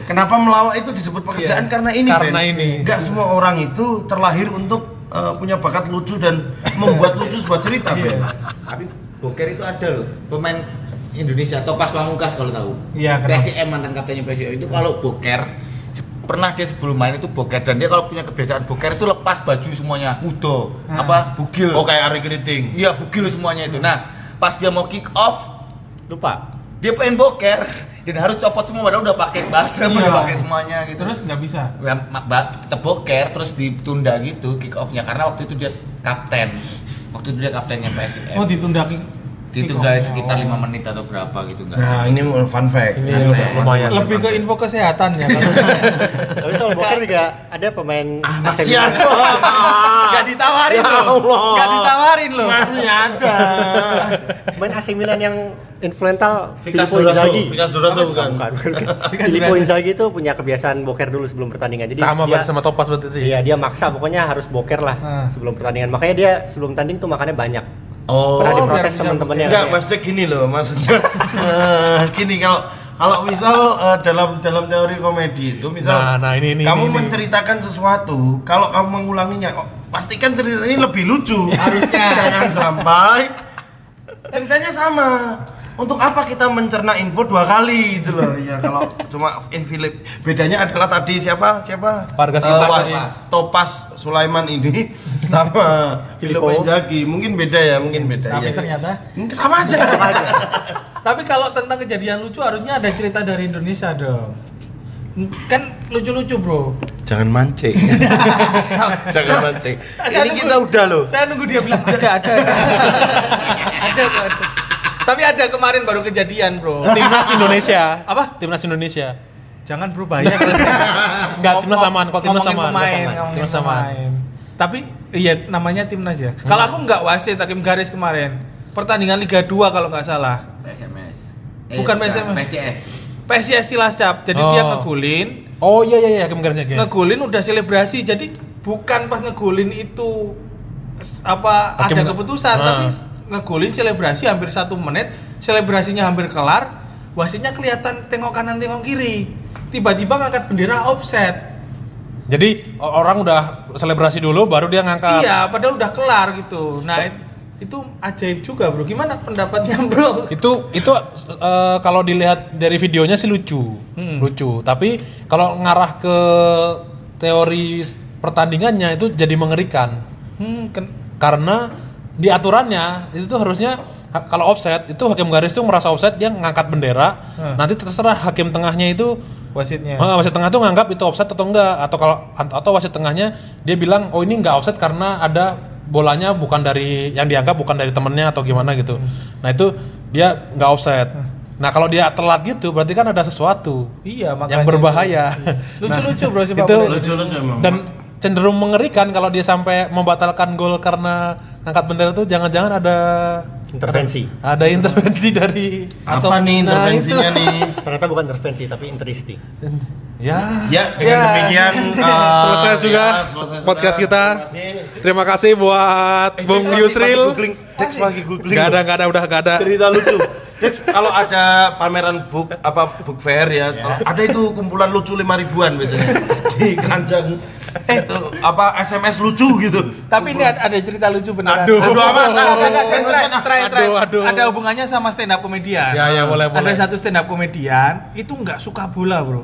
Speaker 4: Kenapa melawak itu disebut pekerjaan Iya. karena ini
Speaker 1: Karena
Speaker 4: Ben.
Speaker 1: ini.
Speaker 4: Nggak semua orang itu terlahir untuk eh, punya bakat lucu dan membuat lucu sebuah cerita Ben.
Speaker 5: Tapi boker itu ada loh. Pemain Indonesia Topas Pamungkas kalau tahu.
Speaker 3: Iya, kenapa?
Speaker 5: PSM mantan kaptennya PSM itu kalau boker se- pernah dia sebelum main itu boker dan dia kalau punya kebiasaan boker itu lepas baju semuanya udo apa bugil
Speaker 4: Oh kayak Ari Keriting.
Speaker 5: iya bugil semuanya itu nah pas dia mau kick off
Speaker 2: lupa
Speaker 5: dia pengen boker dan harus copot semua padahal udah pakai balsam
Speaker 3: Iya.
Speaker 5: udah pakai semuanya gitu
Speaker 3: Terus nggak bisa.
Speaker 5: ya, ma- ba- tetap boker terus ditunda gitu kick offnya karena waktu itu dia kapten waktu itu dia kaptennya PSM
Speaker 3: Oh ditunda kick-
Speaker 5: ditunda
Speaker 3: kick Oh. off.
Speaker 5: sekitar lima menit atau berapa gitu enggak
Speaker 4: Nah, ini fun fact.
Speaker 1: Ini
Speaker 5: Karena-
Speaker 1: lumayan. lumayan.
Speaker 3: Lebih ke info kesehatan ya. kalau saya.
Speaker 2: tapi soal boker juga ada pemain AC
Speaker 4: Masih
Speaker 2: Milan.
Speaker 4: ada.
Speaker 3: Nggak ditawarin loh. Nggak ditawarin loh.
Speaker 4: Masih ada.
Speaker 2: pemain AC Milan yang influental
Speaker 4: Vikas
Speaker 2: Filippo
Speaker 4: Duraso,
Speaker 2: Inzaghi
Speaker 4: Vikas Duraso bukan.
Speaker 2: bukan, bukan. Filippo Inzaghi itu punya kebiasaan boker dulu sebelum pertandingan jadi
Speaker 1: Sama
Speaker 2: dia,
Speaker 1: banget sama Topas berarti. itu ya?
Speaker 2: Iya dia maksa pokoknya harus boker lah
Speaker 3: Hmm.
Speaker 2: sebelum pertandingan. Makanya dia sebelum tanding tuh makannya banyak.
Speaker 4: Oh.
Speaker 2: Pernah
Speaker 3: biar
Speaker 2: diprotes
Speaker 3: bisa
Speaker 2: teman-temannya. Iya.
Speaker 4: Enggak,
Speaker 2: katanya.
Speaker 4: maksudnya gini loh, maksudnya eh, gini kalau kalau misal eh, dalam dalam teori komedi itu misal
Speaker 1: Nah, nah, ini, ini, ini,
Speaker 4: kamu
Speaker 1: ini.
Speaker 4: menceritakan sesuatu, kalau kamu mengulanginya oh, pastikan cerita ini lebih lucu.
Speaker 3: Harusnya.
Speaker 4: Jangan sampai ceritanya sama. Untuk apa kita mencerna info dua kali gitu loh. Ya kalau cuma in Philip bedanya adalah tadi siapa? Siapa?
Speaker 1: Warga
Speaker 4: Eh,
Speaker 1: sekitar
Speaker 4: Wa-
Speaker 1: tadi.
Speaker 4: Topas Sulaiman ini sama Filippo
Speaker 2: Filippo.
Speaker 4: Inzaghi. Mungkin beda ya, mungkin beda ya.
Speaker 3: Tapi ternyata
Speaker 4: Mungkin sama aja.
Speaker 3: Tapi kalau tentang kejadian lucu harusnya ada cerita dari Indonesia dong. Kan lucu-lucu, Bro.
Speaker 4: Jangan mancing. Jangan mancing.
Speaker 3: Saya
Speaker 4: Ini
Speaker 3: nunggu-
Speaker 4: kita udah loh.
Speaker 3: Saya nunggu dia bilang ada ada. ada. ada kok, ada. Tapi ada kemarin baru kejadian, Bro.
Speaker 1: Timnas Indonesia.
Speaker 3: Apa? Nah,
Speaker 1: Timnas Indonesia.
Speaker 3: Jangan bro bahaya. kalau-
Speaker 1: Enggak, timnas samaan. Kalau timnas
Speaker 3: Ngomongin
Speaker 1: samaan.
Speaker 3: Pemain, ngomongin
Speaker 1: Timnas Hmm. samaan.
Speaker 3: pemain. Tapi iya namanya timnas ya. Kalau aku nggak wasit hakim garis kemarin. Pertandingan Liga 2 kalau nggak salah.
Speaker 5: PSMS Eh,
Speaker 3: Bukan PSMS.
Speaker 5: PCS
Speaker 3: PSIS Cilacap. Jadi dia
Speaker 1: Oh.
Speaker 3: ngegulin,
Speaker 1: Oh iya iya iya, kemarin ya.
Speaker 3: ngegulin udah selebrasi. Jadi bukan pas ngegulin itu s- apa
Speaker 1: Hakim-
Speaker 3: ada keputusan,
Speaker 1: Ah.
Speaker 3: tapi s- ngegulin selebrasi hampir satu menit, selebrasinya hampir kelar. Wasitnya kelihatan tengok kanan tengok kiri. Tiba-tiba ngangkat bendera offset.
Speaker 1: Jadi o- orang udah selebrasi dulu baru dia ngangkat.
Speaker 3: Iya, padahal udah kelar gitu. Nah, it- itu ajaib juga, Bro. Gimana pendapatnya, Bro?
Speaker 1: Itu itu eh, kalau dilihat dari videonya sih lucu. Lucu, tapi kalau ngarah ke teori pertandingannya itu jadi mengerikan.
Speaker 3: Hmm, ken-
Speaker 1: Karena di aturannya itu tuh harusnya ha- kalau offset itu hakim garis tuh merasa offset dia ngangkat bendera. Nanti terserah hakim tengahnya itu
Speaker 3: wasitnya.
Speaker 1: Ah, wasit tengah tuh nganggap itu offset atau enggak atau kalau atau atau wasit tengahnya dia bilang oh ini enggak offset karena ada bolanya
Speaker 3: Hmm.
Speaker 1: bukan dari yang dianggap bukan dari temennya atau gimana gitu. Nah itu dia enggak offset. Nah kalau dia telat gitu berarti kan ada sesuatu
Speaker 3: Iya, makanya. Iya.
Speaker 1: yang berbahaya. Nah,
Speaker 3: Lucu-lucu bro sepak
Speaker 1: itu
Speaker 3: bola.
Speaker 4: Lucu-lucu emang.
Speaker 1: dan cenderung mengerikan kalau dia sampai membatalkan gol karena angkat bendera tuh jangan-jangan ada
Speaker 2: intervensi
Speaker 1: ada intervensi dari
Speaker 4: apa nih
Speaker 1: Nah,
Speaker 4: intervensinya
Speaker 1: itu.
Speaker 4: nih?
Speaker 2: ternyata bukan intervensi tapi interisti
Speaker 1: Ya.
Speaker 4: Ya, dengan
Speaker 3: Ya.
Speaker 4: demikian eh,
Speaker 1: selesai sudah
Speaker 4: ya, selesai
Speaker 1: podcast
Speaker 4: sudah. Eh,
Speaker 1: kita. Terima kasih buat Bung
Speaker 4: Masih- masih
Speaker 1: Yusril.
Speaker 4: googling. Dex lagi googling.
Speaker 1: Gak ada, gak ada, udah gak ada.
Speaker 4: cerita lucu. Dex, kalau ada pameran book apa book fair ya, ada itu kumpulan lucu lima ribuan biasanya di kanjang eh itu apa SMS lucu gitu.
Speaker 3: Tapi ini ada ada cerita lucu beneran.
Speaker 1: Aduh.
Speaker 4: Bodo amat.
Speaker 3: Enggak, enggak, enggak, saya try, try, try.
Speaker 1: Aduh, aduh.
Speaker 3: Ada hubungannya sama stand up komedian.
Speaker 1: Ya, ya, boleh,
Speaker 3: Ada
Speaker 1: boleh.
Speaker 3: satu stand up komedian itu nggak suka bola, Bro.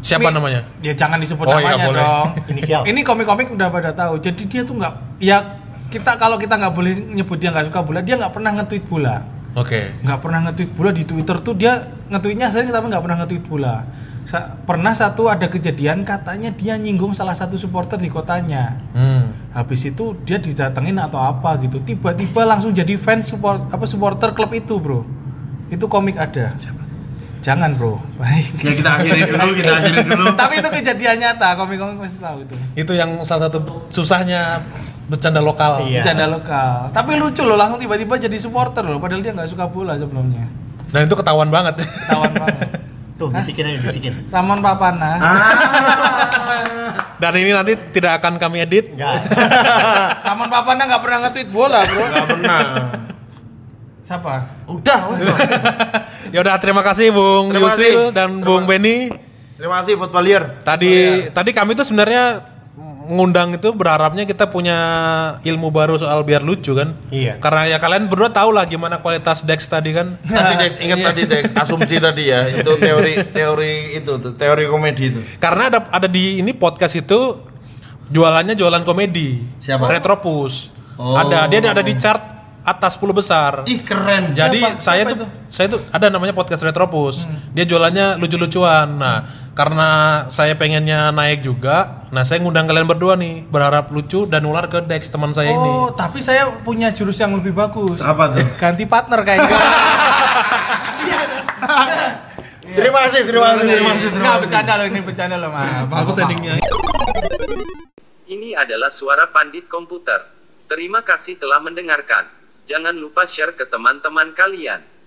Speaker 1: Siapa
Speaker 3: Mi-
Speaker 1: namanya?
Speaker 3: Ya jangan disebut
Speaker 1: Oh, iya,
Speaker 3: namanya
Speaker 1: boleh.
Speaker 3: dong.
Speaker 2: Inisial.
Speaker 3: Ini komik-komik udah pada tahu. Jadi dia tuh nggak ya kita kalau kita nggak boleh nyebut dia nggak suka bola, dia nggak pernah nge-tweet bola.
Speaker 1: Oke.
Speaker 3: nggak pernah nge-tweet bola di Twitter tuh dia nge-tweetnya sering tapi nggak pernah nge-tweet bola. Sa- pernah satu ada kejadian katanya dia nyinggung salah satu supporter di kotanya.
Speaker 1: Hmm.
Speaker 3: Habis itu dia didatengin atau apa gitu. Tiba-tiba langsung jadi fans support apa supporter klub itu, Bro. Itu komik ada. Jangan, Bro. Baik.
Speaker 4: Ya kita akhiri dulu, kita akhiri dulu.
Speaker 3: tapi itu kejadian nyata, komik-komik pasti tahu itu.
Speaker 1: Itu yang salah satu susahnya bercanda lokal.
Speaker 2: Iya.
Speaker 3: Canda lokal. Tapi lucu loh langsung tiba-tiba jadi supporter loh padahal dia nggak suka bola sebelumnya.
Speaker 1: Dan itu ketahuan banget.
Speaker 3: Tawan banget.
Speaker 2: tuh bisikin aja bisikin
Speaker 3: Ramon Papana.
Speaker 4: Ah.
Speaker 1: Dan ini nanti tidak akan kami edit.
Speaker 2: enggak
Speaker 3: Taman Papana nggak pernah nge-tweet bola, bro.
Speaker 4: Gak pernah.
Speaker 3: Siapa?
Speaker 4: Udah, wes.
Speaker 1: Ya udah terima kasih Bung
Speaker 4: Terima
Speaker 1: Yusril
Speaker 4: kasih. Oh, iya.
Speaker 1: dan Bung Benny.
Speaker 4: Terima kasih footballer.
Speaker 1: Tadi tadi kami tuh sebenarnya ngundang itu berharapnya kita punya ilmu baru soal biar lucu kan.
Speaker 2: Iya.
Speaker 1: Karena ya kalian berdua tahu lah gimana kualitas Dex tadi kan.
Speaker 4: Tadi Dex, ingat tadi Dex, asumsi tadi ya. Itu teori teori itu tuh, teori komedi itu.
Speaker 1: Karena ada ada di ini podcast itu jualannya jualan komedi.
Speaker 4: Siapa?
Speaker 1: Retropus.
Speaker 4: Oh.
Speaker 1: Ada dia ada di chart atas 10 besar.
Speaker 4: Ih, keren.
Speaker 1: Jadi saya tuh saya tuh ada namanya podcast Retropus.
Speaker 4: Hmm.
Speaker 1: Dia jualannya lucu-lucuan. Nah, karena saya pengennya naik juga, nah saya ngundang kalian berdua nih, berharap lucu dan nular ke Dex teman saya ini.
Speaker 3: Oh, tapi saya punya jurus yang lebih bagus.
Speaker 4: Apa tuh?
Speaker 3: Ganti partner kayaknya.
Speaker 4: Terima kasih, terima kasih, terima kasih.
Speaker 3: Enggak bercanda loh ini bercanda loh, Mas.
Speaker 1: Bagus endingnya.
Speaker 9: Ini adalah suara pandit komputer. Terima kasih telah mendengarkan. Jangan lupa share ke teman-teman kalian.